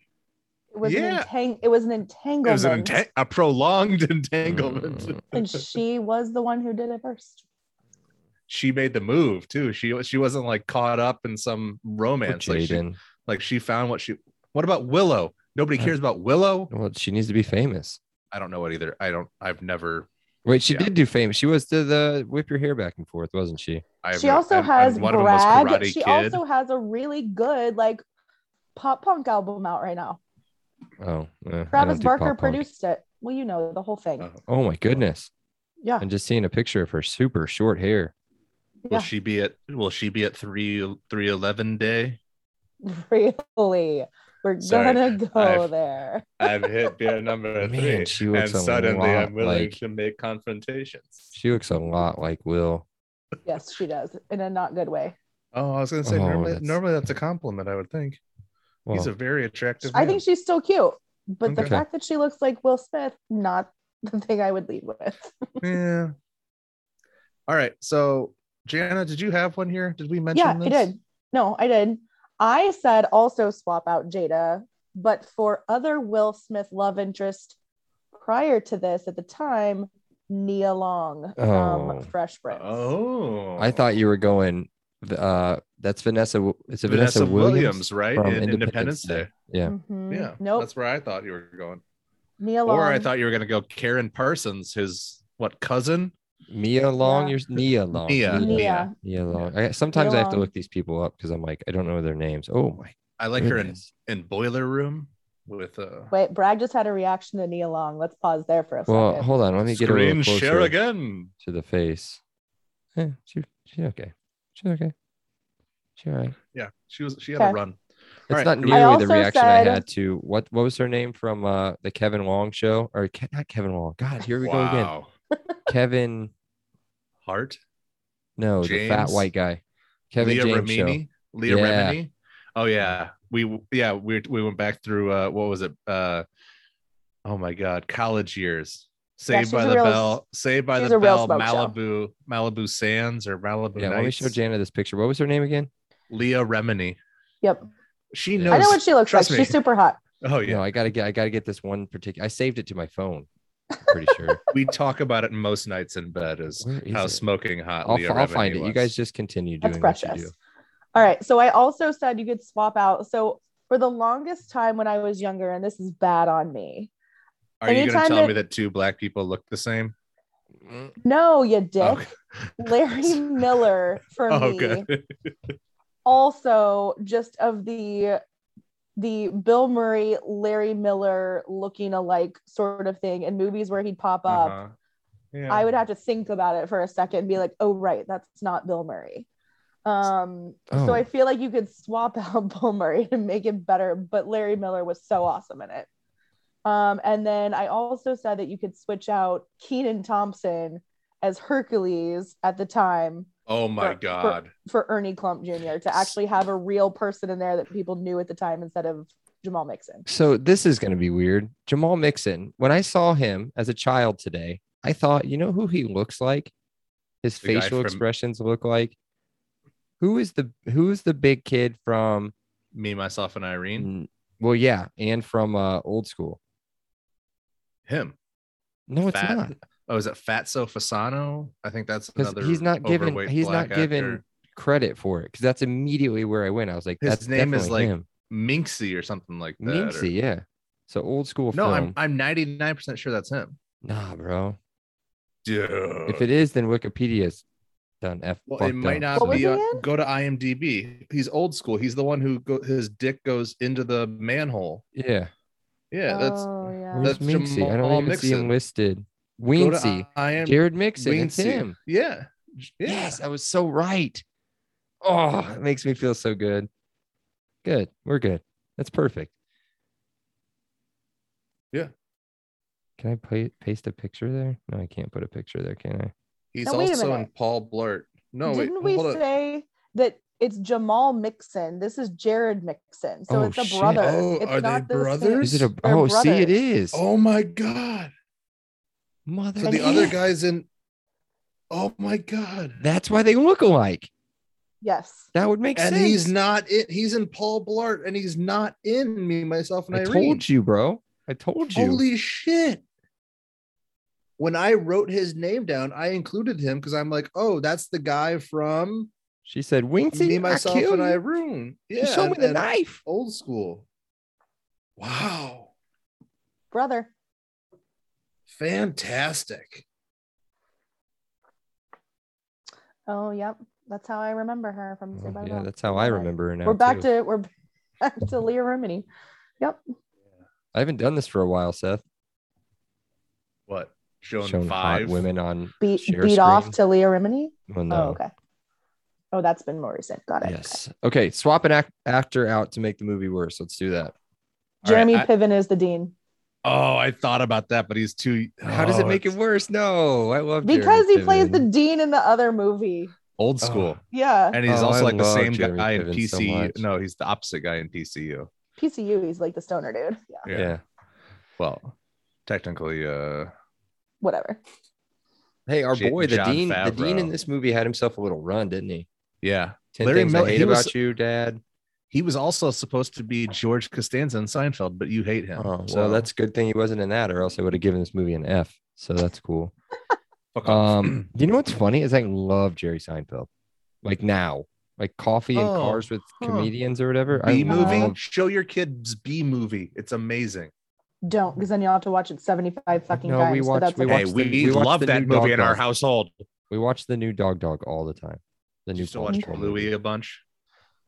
C: It was
A: Yeah.
C: an entang- It was an entanglement.
A: It was an enta- a prolonged entanglement.
B: Mm.
C: and she was the one who did it first.
A: She made the move too. She she wasn't like caught up in some
B: Poor
A: romance. Like she,
B: Jaden. Uh.
A: like she found what she. What about Willow? Nobody
B: I-
A: cares about Willow.
B: Well, she needs to be famous.
A: I don't know what either. I don't. I've never.
B: Wait, she
A: Yeah.
B: did do famous. She was the, the whip your hair back and forth, wasn't she?
A: I've
C: she
A: never-
C: also
A: and-
C: has
A: and them was
C: Brad.
A: Karate
C: She
A: Kid.
C: also has a really good like pop punk album out right now.
B: Oh, eh, I
C: Travis
B: don't do
C: Barker
B: pop punk.
C: produced it. Well, you know the whole thing.
A: Oh.
B: Oh my goodness!
C: yeah.
B: And just seeing a picture of her super short hair.
A: Will
C: Yeah.
A: she be at? Will she be at three three eleven day?
C: Really. We're
A: Sorry,
C: gonna go
A: I've-
C: there.
A: I've hit beer number
B: Man, she looks a lot like-
A: make confrontations.
B: She looks a lot like Will.
C: Yes, she does. In a not good way.
A: Oh, I was gonna say
B: Oh,
A: normally,
B: that's-
A: normally that's a compliment, I would think.
B: Well,
A: He's a very attractive.
C: I think she's still cute, but the
A: Okay.
C: fact that she looks like Will Smith, not the thing I would lead with.
A: she. Yeah. All right, so Jana, did you have one here? Did we mention?
C: yeah,
A: this?
C: I did. No, I did. I said also swap out Jada, but for other Will Smith love interest prior to this at the time, Nia Long
B: Oh.
C: from Fresh Prince.
A: Oh,
B: I thought you were going. Uh, that's Vanessa. W- It's a Vanessa,
A: Vanessa Williams,
B: Williams,
A: right?
B: from
A: In Independence Day.
B: Yeah.
C: Mhm.
A: Yeah,
C: Nope.
A: that's where I thought you were going.
C: Nia Long.
A: Or I thought you were gonna go Karen Parsons, his what cousin?
B: Mia Long,
C: Yeah.
B: you're Nia Long.
A: Nia.
C: Nia.
B: Nia Long. I, sometimes I have to
C: Long.
B: look these people up because I'm like, I don't know their names. Oh my
A: I like her in,
B: goodness.
A: in Boiler Room with uh,
C: Wait, Bragg just had a reaction to Nia Long. Let's pause there for a
B: Well,
C: second.
B: hold on. Let me get a
A: Screen
B: little
A: Share
B: closer
A: Again.
B: to the face. Yeah, she, she okay. She okay. She all right.
A: Yeah, she was. She had a
C: Okay.
A: run.
B: It's
A: right,
B: not
A: here we
B: nearly the
C: also
B: reaction
C: said-
B: I had to what what was her name from uh the Kevin Wong show or Ke- not Kevin Wong. God, here we go again.
A: Wow.
B: Kevin,
A: Hart.
B: no, the fat
A: James.
B: white guy. Kevin
A: Leah
B: James show.
A: Remini. Leah
B: Yeah.
A: Remini. Oh yeah, we yeah we we went back through uh what was it uh oh my god college years. Saved
C: she's
A: by
C: a
A: the
C: real-
A: Bell. Saved by
C: she's
A: the
C: a
A: Bell.
C: real smoke show.
A: Malibu Malibu Sands or Malibu
B: Yeah, let me
A: Nights.
B: show Jana this picture. What was her name again?
A: Leah Remini.
C: yep.
A: She
B: Yeah.
A: knows.
C: I know what she looks like.
A: trust
C: She's
A: me.
C: super hot.
A: oh yeah,
B: No, I gotta get I gotta get this one particular I saved it to my phone. I'm pretty sure.
A: we talk about it most nights in bed is
B: Where is
A: how
B: it?
A: smoking hot.
B: I'll,
A: Leah
B: I'll
A: Remini
B: find it. You
A: was.
B: guys just continue doing
C: That's
B: what you
C: precious.
B: do.
C: All right. So I also said you could swap out. So for the longest time when I was younger, and this is bad on me.
A: are you going
C: anytime
A: to tell
C: that-
A: me that two black people look the same?
B: Mm,
C: No, you dick.
A: Okay.
C: Larry Miller for
A: Oh,
C: me.
A: good.
C: Also, just of the the Bill Murray, Larry Miller looking alike sort of thing in movies where he'd pop up.
A: Uh-huh. Yeah.
C: I would have to think about it for a second and be like, oh right, that's not Bill Murray. Um,
B: Oh.
C: so I feel like you could swap out Bill Murray and make it better, but Larry Miller was so awesome in it. Um, and then I also said that you could switch out Keenan Thompson as Hercules at the time
A: Oh my
C: for- for-
A: god.
C: for Ernie Klump Jr. to actually have a real person in there that people knew at the time instead of Jamal Mixon.
B: So this is going to be weird. Jamal Mixon, when I saw him as a child today, I thought, you know who he looks like? His
A: The guy
B: facial
A: from-
B: expressions look like. Who is the who is the big kid from
A: Me, myself, and Irene.
B: mm, well yeah, and from uh old school.
A: Him.
B: No, it's
A: Fat-
B: not.
A: Oh, is it Fatso Fasano? I think that's
B: Cuz
A: another.
B: he's not given
A: overweight
B: he's not
A: black
B: given
A: actor.
B: credit for it cuz that's immediately where I went. I was like
A: His
B: that's
A: name is,
B: definitely
A: like,
B: him.
A: Minxie or something like that. or-
B: Minxie, yeah. So old school
A: No, I'm
B: film.
A: I'm 99 percent sure that's him.
B: nah, bro.
A: Dude.
B: If it is then Wikipedia's done F
A: well, it
B: fucked
A: might not
B: up,
C: What was
A: be.
C: he
A: on-
C: in?
A: go to IMDb. He's old school. He's the one who go, his dick goes into the manhole.
B: Yeah.
A: Yeah, that's
C: oh, yeah.
A: That's
B: Where's Minxie? I don't
A: Jamal
B: even see him
A: Mixon.
B: listed.
A: go to
B: Weensy.
A: IMDb.
B: Jared Mixon. It's
A: Weensy.
B: him.
A: Yeah. J- yeah.
B: Yes, I was so right. Oh, it makes me feel so good. Good. We're good. That's perfect.
A: Yeah.
B: Can I pa- paste a picture there? No, I can't put a picture there, can I?
A: He's
C: Now, wait a
A: also in
C: minute.
A: Paul Blart. No, wait.
C: Didn't
A: hold
C: we
A: up.
C: say that it's Jamal Mixon? This is Jared Mixon. So
B: Oh,
C: it's a
B: shit.
C: brother.
A: Oh,
C: it's
A: are they
C: not the same-
A: brothers?
B: Is it a?
C: They're
B: Oh, see, it
C: brothers.
B: is.
A: Oh my god.
B: mother.
A: So
C: And
A: the other
C: he-
A: guy's in Oh my god.
B: That's why they look alike.
C: Yes.
B: That would make
A: and
B: sense.
A: he's not in he's in Paul Blart and he's not in me, myself, and
B: I
A: Irene.
B: told you, bro. I told you.
A: Holy shit. When I wrote his name down, I included him because I'm like, oh, that's the guy from
B: she said, "Wincy,
A: Me,
B: I
A: Myself,
B: kill
A: and
B: you.
A: Irene.
B: You
A: Yeah,
B: show me
A: and-
B: the
A: and
B: knife."
A: old school. Wow.
C: Brother.
A: Fantastic.
C: Oh, yep. That's how I remember her from Saved
B: Oh,
C: by the
B: yeah,
C: Bell.
B: that's how
C: You're
B: I
C: right.
B: remember her now.
C: We're back
B: too.
C: to we're back to Leah Remini.
B: I haven't done this for a while, Seth.
A: What? Shown,
B: Shown
A: five
B: hot women on.
C: Beat
B: Share
C: beat off
B: screen.
C: to Leah Remini.
B: Well, no.
C: Oh, okay. Oh, that's been more recent. Got it.
B: Yes. Okay. Swap an act- actor out to make the movie worse. Let's do that.
A: All right,
C: Jeremy
A: I-
C: Piven is the dean
A: Oh, I thought about that, but he's too.
B: How does it
A: oh,
B: make it
A: it's
B: worse? No, I love Jeremy
C: because he plays the
B: Piven.
C: dean in the other movie.
A: Old school,
C: Yeah,
A: and he's
B: Oh, I
A: also like the
B: love
A: same
B: Jeremy
A: guy in
B: Piven so
A: PCU.
B: much.
A: no, he's the opposite guy in PCU.
C: PCU. He's like the stoner dude. Yeah,
B: Yeah.
A: Well, technically, uh,
C: whatever.
B: Hey, our
A: J-
B: boy, the
A: Jon
B: dean, the dean in
A: Favreau.
B: this movie had himself a little run, didn't he?
A: yeah,
B: Ten
A: Larry
B: things
A: Miller-
B: I hate
A: he
B: about
A: was-
B: you, Dad.
A: he was also supposed to be George Costanza in Seinfeld, but you hate him.
B: Oh, well,
A: so
B: that's a good thing he wasn't in that, or else I would have given this movie an F. So that's cool.
A: fuck off.
B: Um, you know what's funny is I love Jerry Seinfeld. Like now, like coffee and
A: Oh,
B: cars with
A: huh.
B: comedians or whatever. I
A: B movie.
B: love-
A: Show your kids B movie. It's amazing.
C: Don't, because then you'll have to watch it 75 fucking
B: No,
C: times.
B: we
C: but
B: watched-
C: that's
B: we
C: okay.
A: Hey,
B: watched- watch the-
A: we,
B: we watch
A: love
B: the
A: that
B: new
A: movie in
B: Dog
A: our
B: Dog.
A: household.
B: We watch the new Dog Dog all the time. The new
A: You still watch
B: Paw Patrol
A: Bluey
B: movie.
A: a bunch.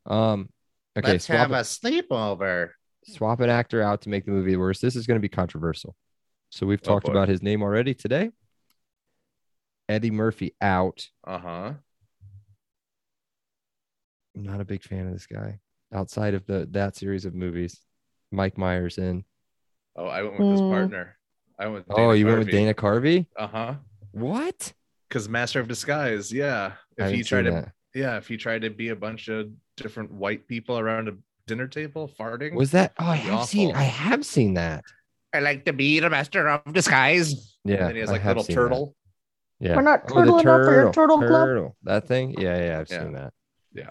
B: Um, okay, swap it,
A: sleepover.
B: swap an actor out to make the movie worse. This is going to be controversial. So we've
A: Oh,
B: talked
A: boy.
B: about his name already today. Eddie Murphy out.
A: Uh huh.
B: I'm not a big fan of this guy. Outside of the that series of movies, Mike Myers in.
A: Oh, I went with his
C: Hmm.
A: partner. I went. With
B: oh, you went with Dana Carvey?
A: Uh huh.
B: What?
A: Because Master of Disguise. Yeah.
B: I
A: If
B: haven't
A: he tried to,
B: seen that.
A: yeah, if he tried to be a bunch of different white people around a dinner table farting.
B: was that? Oh, I
A: That'd be
B: have seen.
A: awful.
B: I have seen that.
A: I like to be the master of disguise.
B: Yeah,
A: And then he has
B: I
A: like
B: have
A: little
B: seen that.
A: turtle.
B: Yeah.
C: We're not
B: Oh, the
C: turtle enough for your turtle club.
B: turtle, That thing? Yeah, yeah, I've
A: Yeah.
B: seen that.
A: Yeah.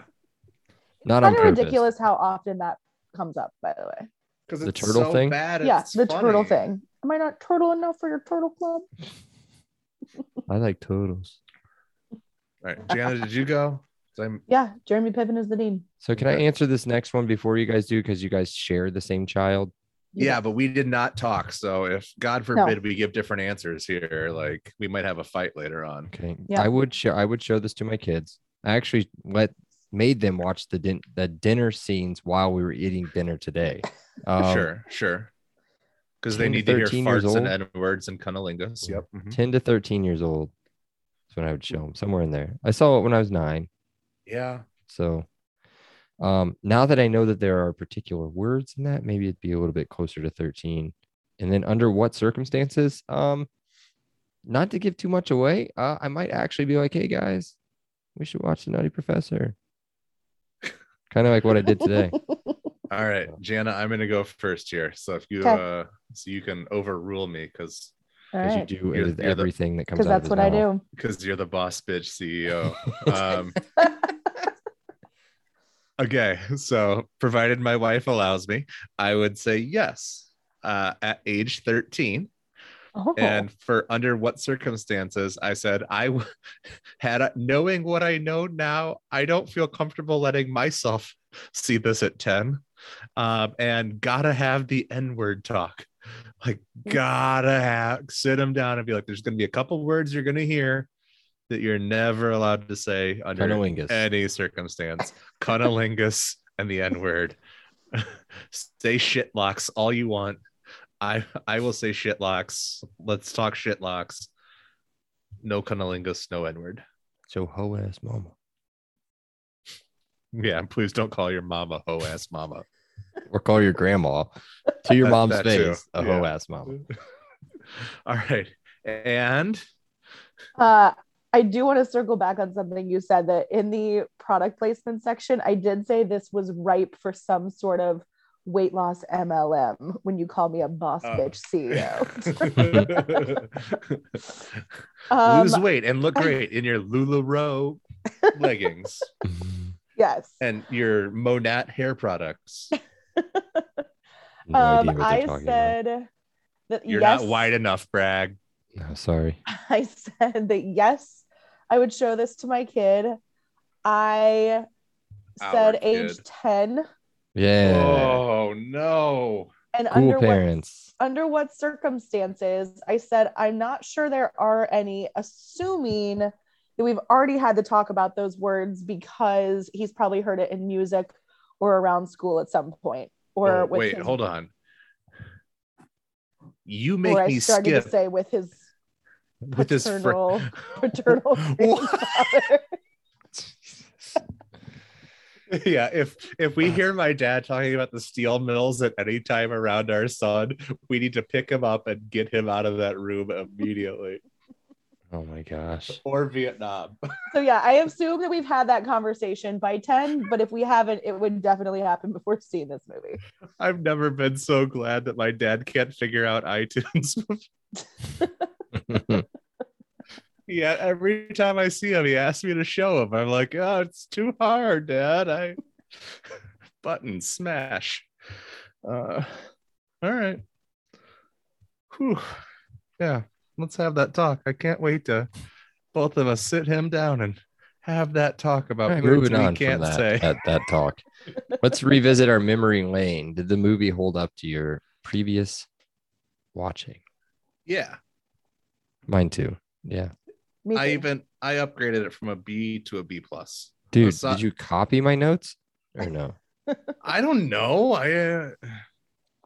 B: Not on
C: Kind of
B: purpose.
C: ridiculous how often that comes up, by the way.
A: Because
B: The turtle thing?
A: Bad,
C: yeah,
A: it's
C: the turtle
A: funny.
C: thing. Am I not turtle enough for your turtle club?
B: I like turtles.
A: All right, Gianna, did you go? 'Cause I'm
C: Yeah, Jeremy Piven is the dean.
B: So can I
A: Okay.
B: answer this next one before you guys do? Because you guys share the same child.
C: You
A: yeah, but we did not talk. So if God
C: No.
A: forbid we give different answers here, like we might have a fight later on.
B: Okay.
C: Yeah.
B: I would show I would show this to my kids. I actually let made them watch the din- the dinner scenes while we were eating dinner today. Um,
A: sure, sure. Because they
B: 10 to
A: need to hear
B: 13 years
A: farts and
B: old. mm-hmm.
A: N words and cunnilingus. Yep. Mhm.
B: Ten to thirteen years old. That's when I would show them somewhere in there. I saw it when I was nine.
A: Yeah.
B: So um, now that I know that there are particular words in that, maybe it'd be a little bit closer to 13. And then under what circumstances? Um, not to give too much away, uh, I might actually be like, hey guys, we should watch The Nutty Professor. kind of like what I did today.
A: All right, Jana, I'm gonna go first here. So if you
C: Okay.
A: uh so you can overrule me because
C: All
B: Because
C: right.
B: you do
A: You're-
B: with
A: you're the-
B: everything that comes out
C: Because that's
B: of
C: what
B: his
C: I
B: mouth.
C: do.
A: because you're the boss bitch CEO. um okay, so provided my wife allows me, I would say yes. Uh at age 13.
C: Oh.
A: And for under what circumstances, I said I w- had I, knowing what I know now, I don't feel comfortable letting myself see this at 10. Um, and gotta have the N-word talk. Like, gotta have sit him down and be like, there's gonna be a couple words you're gonna hear that you're never allowed to say under
B: Cunnilingus.
A: any circumstance. Cunnilingus and the N word. say shitlocks all you want. I I will say shitlocks. Let's talk shitlocks. No cunnilingus, no N word.
B: So ho ass mama.
A: Yeah, please don't call your mama ho ass mama.
B: Or call your grandma to your
A: That-
B: mom's
A: that too.
B: face, a
A: Yeah.
B: ho ass mama.
A: all right. And
C: Uh, I do want to circle back on something you said that in the product placement section, I did say this was ripe for some sort of weight loss MLM when you call me a boss
A: Oh.
C: bitch E CEO. Um,
A: lose weight and look great in your LuLaRoe leggings
C: yes.
A: and your Monat hair products.
B: No idea
C: um,
B: what they're
C: I
B: talking about.
C: said that
A: You're
C: yes,
A: not wide enough, brag.
B: No, sorry.
C: I said that yes, I would show this to my kid. I said
A: Our
C: age
A: kid.
C: 10
B: Yeah.
A: Oh no.
C: and
B: cool
C: under what
B: parents.
C: under what circumstances i said i'm not sure there are any assuming that we've already had to talk about those words because he's probably heard it in music or around school at some point or
A: Oh,
C: with
A: wait,
C: his,
A: hold on. You
C: or
A: make
C: i
A: me
C: started
A: skip
C: to say with his
A: with this friend.
C: paternal paternal grandfather.
A: yeah, if if we hear my dad talking about the steel mills at any time around our son, we need to pick him up and get him out of that room immediately.
B: Oh my gosh.
A: or Vietnam.
C: so yeah i assume that we've had that conversation by 10 but if we haven't it would definitely happen before seeing this movie
A: I've never been so glad that my dad can't figure out iTunes. yeah, every time I see him, he asks me to show him. I'm like, oh, it's too hard, Dad. I button smash. Uh, all right. Whew. Yeah, let's have that talk. I can't wait to both of us sit him down and have that talk about
B: All right,
A: words
B: moving
A: we
B: on
A: can't
B: from that,
A: say.
B: that that talk. Let's revisit our memory lane. Did the movie hold up to your previous watching.
A: Yeah.
B: Mine too. Yeah.
C: Me
A: I
C: too.
A: even I upgraded it from a B to a B plus.
B: Dude,
A: saw-
B: did you copy my notes or no?
A: I don't know. I uh,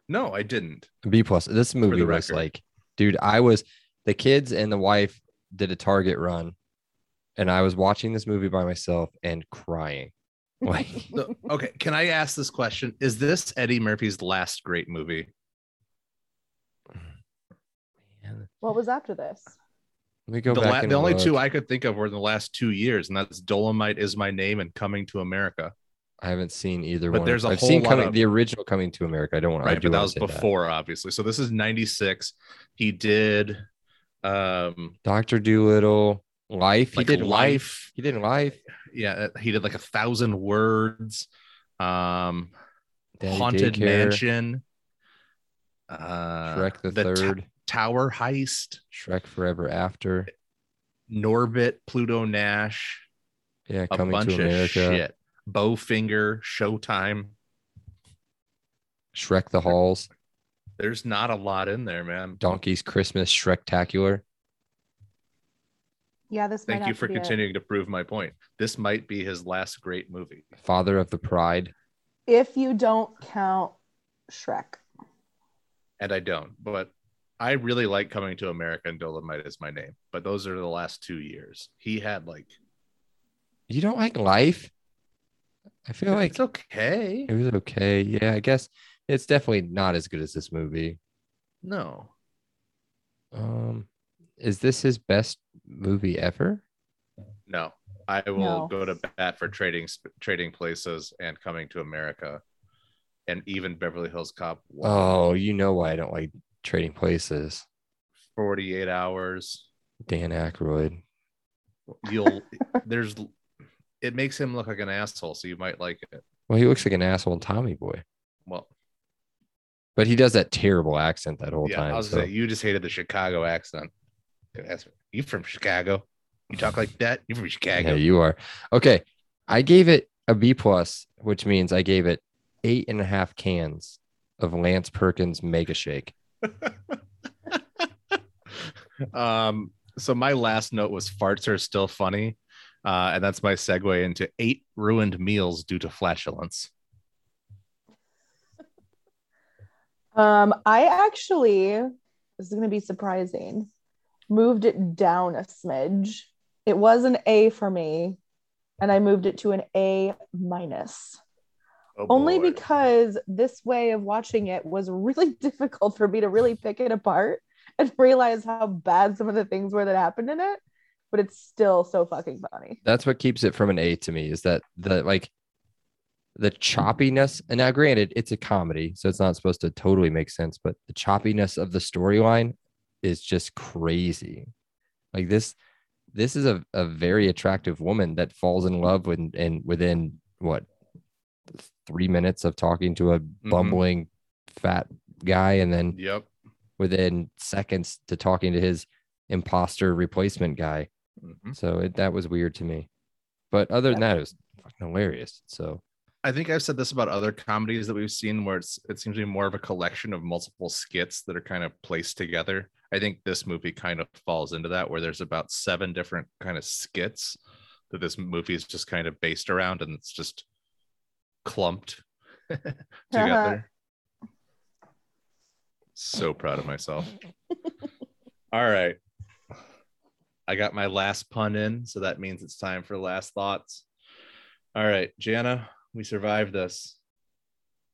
A: no, I didn't.
B: B plus. This movie
A: the
B: was
A: record.
B: like, dude, I was the kids and the wife did a Target run, and I was watching this movie by myself and crying. Like,
A: So- okay, can I ask this question? Is this Eddie Murphy's last great movie?
B: man,
C: what was after this?
B: let me go
A: the
B: back.
A: la-
B: and
A: the only
B: look.
A: two I could think of were in the last two years, and that's Dolomite is my name and Coming to America.
B: I haven't seen either
A: But
B: one.
A: there's a
B: I've
A: whole
B: seen
A: lot
B: coming
A: of-
B: the original Coming to America. I don't want I
A: right
B: do
A: but that
B: wanna
A: was
B: say
A: before obviously so this is 96 he did um
B: Doctor Doolittle, Life.
A: like
B: he did life.
A: life
B: He did Life.
A: yeah uh, he did like a thousand words um
B: Daddy
A: haunted
B: Daycare,
A: mansion uh
B: Shrek the,
A: Ta-
B: Third,
A: tower heist
B: Shrek Forever After.
A: norbit pluto nash
B: Yeah,
A: a
B: Coming to
A: bunch of
B: America,
A: shit bowfinger showtime
B: Shrek the Halls,
A: there's not a lot in there man
B: Donkey's Christmas, Shrektacular.
C: Yeah, this.
A: thank
C: might
A: you
C: have
A: for
C: to be it.
A: continuing to prove my point this might be his last great movie
B: Father of the Pride.
C: If you don't count Shrek,
A: and I don't. But I really like coming to America and Dolomite is my name. But those are the last two years. He had like
B: You don't like life? I feel like
A: it's okay.
B: it was okay. Yeah, I guess it's definitely not as good as this movie.
A: No,
B: Um, is this his best movie ever?
A: no. I will
C: No.
A: go to bat for trading Sp- trading places and coming to America, and even Beverly Hills Cop. one.
B: Oh, you know why I don't like Trading Places.
A: 48 hours.
B: Dan Aykroyd.
A: You'll there's it makes him look like an asshole, so you might like it.
B: Well, he looks like an asshole in Tommy Boy,
A: Well,
B: but he does that terrible accent that whole
A: yeah,
B: time.
A: I was
B: so-
A: gonna say you just hated the Chicago accent. That's- You from Chicago? You talk like that? You from Chicago?
B: yeah, you are okay. I gave it a B plus, which means I gave it eight and a half cans of Lance Perkins Mega Shake.
A: um, so my last note was farts are still funny. Uh, and that's my segue into eight ruined meals due to flatulence.
C: Um, I actually, this is going to be surprising, moved it down a smidge. It was an A for me, and I moved it to an A minus
A: Oh,
C: only
A: boy.
C: because this way of watching it was really difficult for me to really pick it apart and realize how bad some of the things were that happened in it. But it's still so fucking funny.
B: That's what keeps it from an A to me is that the like the choppiness. And now, granted, it's a comedy, so it's not supposed to totally make sense, but the choppiness of the storyline is just crazy. Like this, this is a, a very attractive woman that falls in love with and within what three minutes of talking to a bumbling fat guy, and then
A: Yep.
B: within seconds to talking to his imposter replacement guy.
A: Mhm.
B: So it, that was weird to me. But other than that, it was fucking hilarious. So
A: I think I've said this about other comedies that we've seen where it's it seems to be more of a collection of multiple skits that are kind of placed together. I think this movie kind of falls into that where there's about seven different kind of skits that this movie is just kind of based around and it's just clumped together. so proud of myself. All right. I got my last pun in, so that means it's time for last thoughts. All right, Jana, we survived this.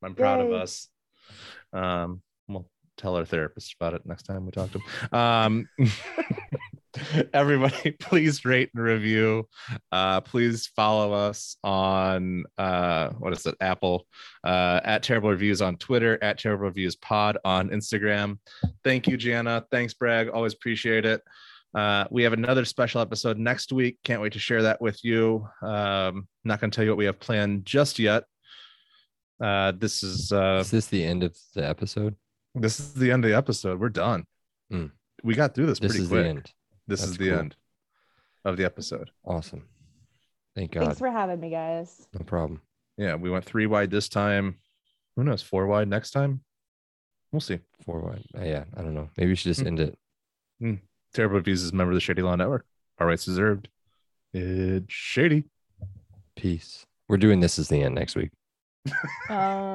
A: I'm proud of
C: Yay.
A: us. Um, we'll tell our therapist about it next time we talk to him. Um, everybody, please rate and review. Uh, please follow us on uh, what is it? Apple uh, at Terrible Reviews on Twitter, at Terrible Reviews Pod on Instagram. Thank you, Jana. Thanks, Bragg. Always appreciate it. Uh, we have another special episode next week. Can't wait to share that with you. Um, not going to tell you what we have planned just yet. Uh, this is uh,
B: is this the end of the episode?
A: this is the end of the episode. We're done.
B: Mm.
A: We got through this,
B: This
A: pretty
B: is
A: quick.
B: the end.
A: This is
B: That's
A: the
B: cool.
A: end of the episode.
B: Awesome. Thank God.
C: Thanks for having me, guys.
B: no problem.
A: Yeah, we went three wide this time. Who knows? Four wide next time. We'll see.
B: Four one. Uh, yeah, I don't know. Maybe we should just
A: Hmm.
B: end it.
A: Terrible Reviews is a member of the Shady Law Network. Our rights deserved. It's shady.
B: Peace. We're doing this as the end next week.
C: Um,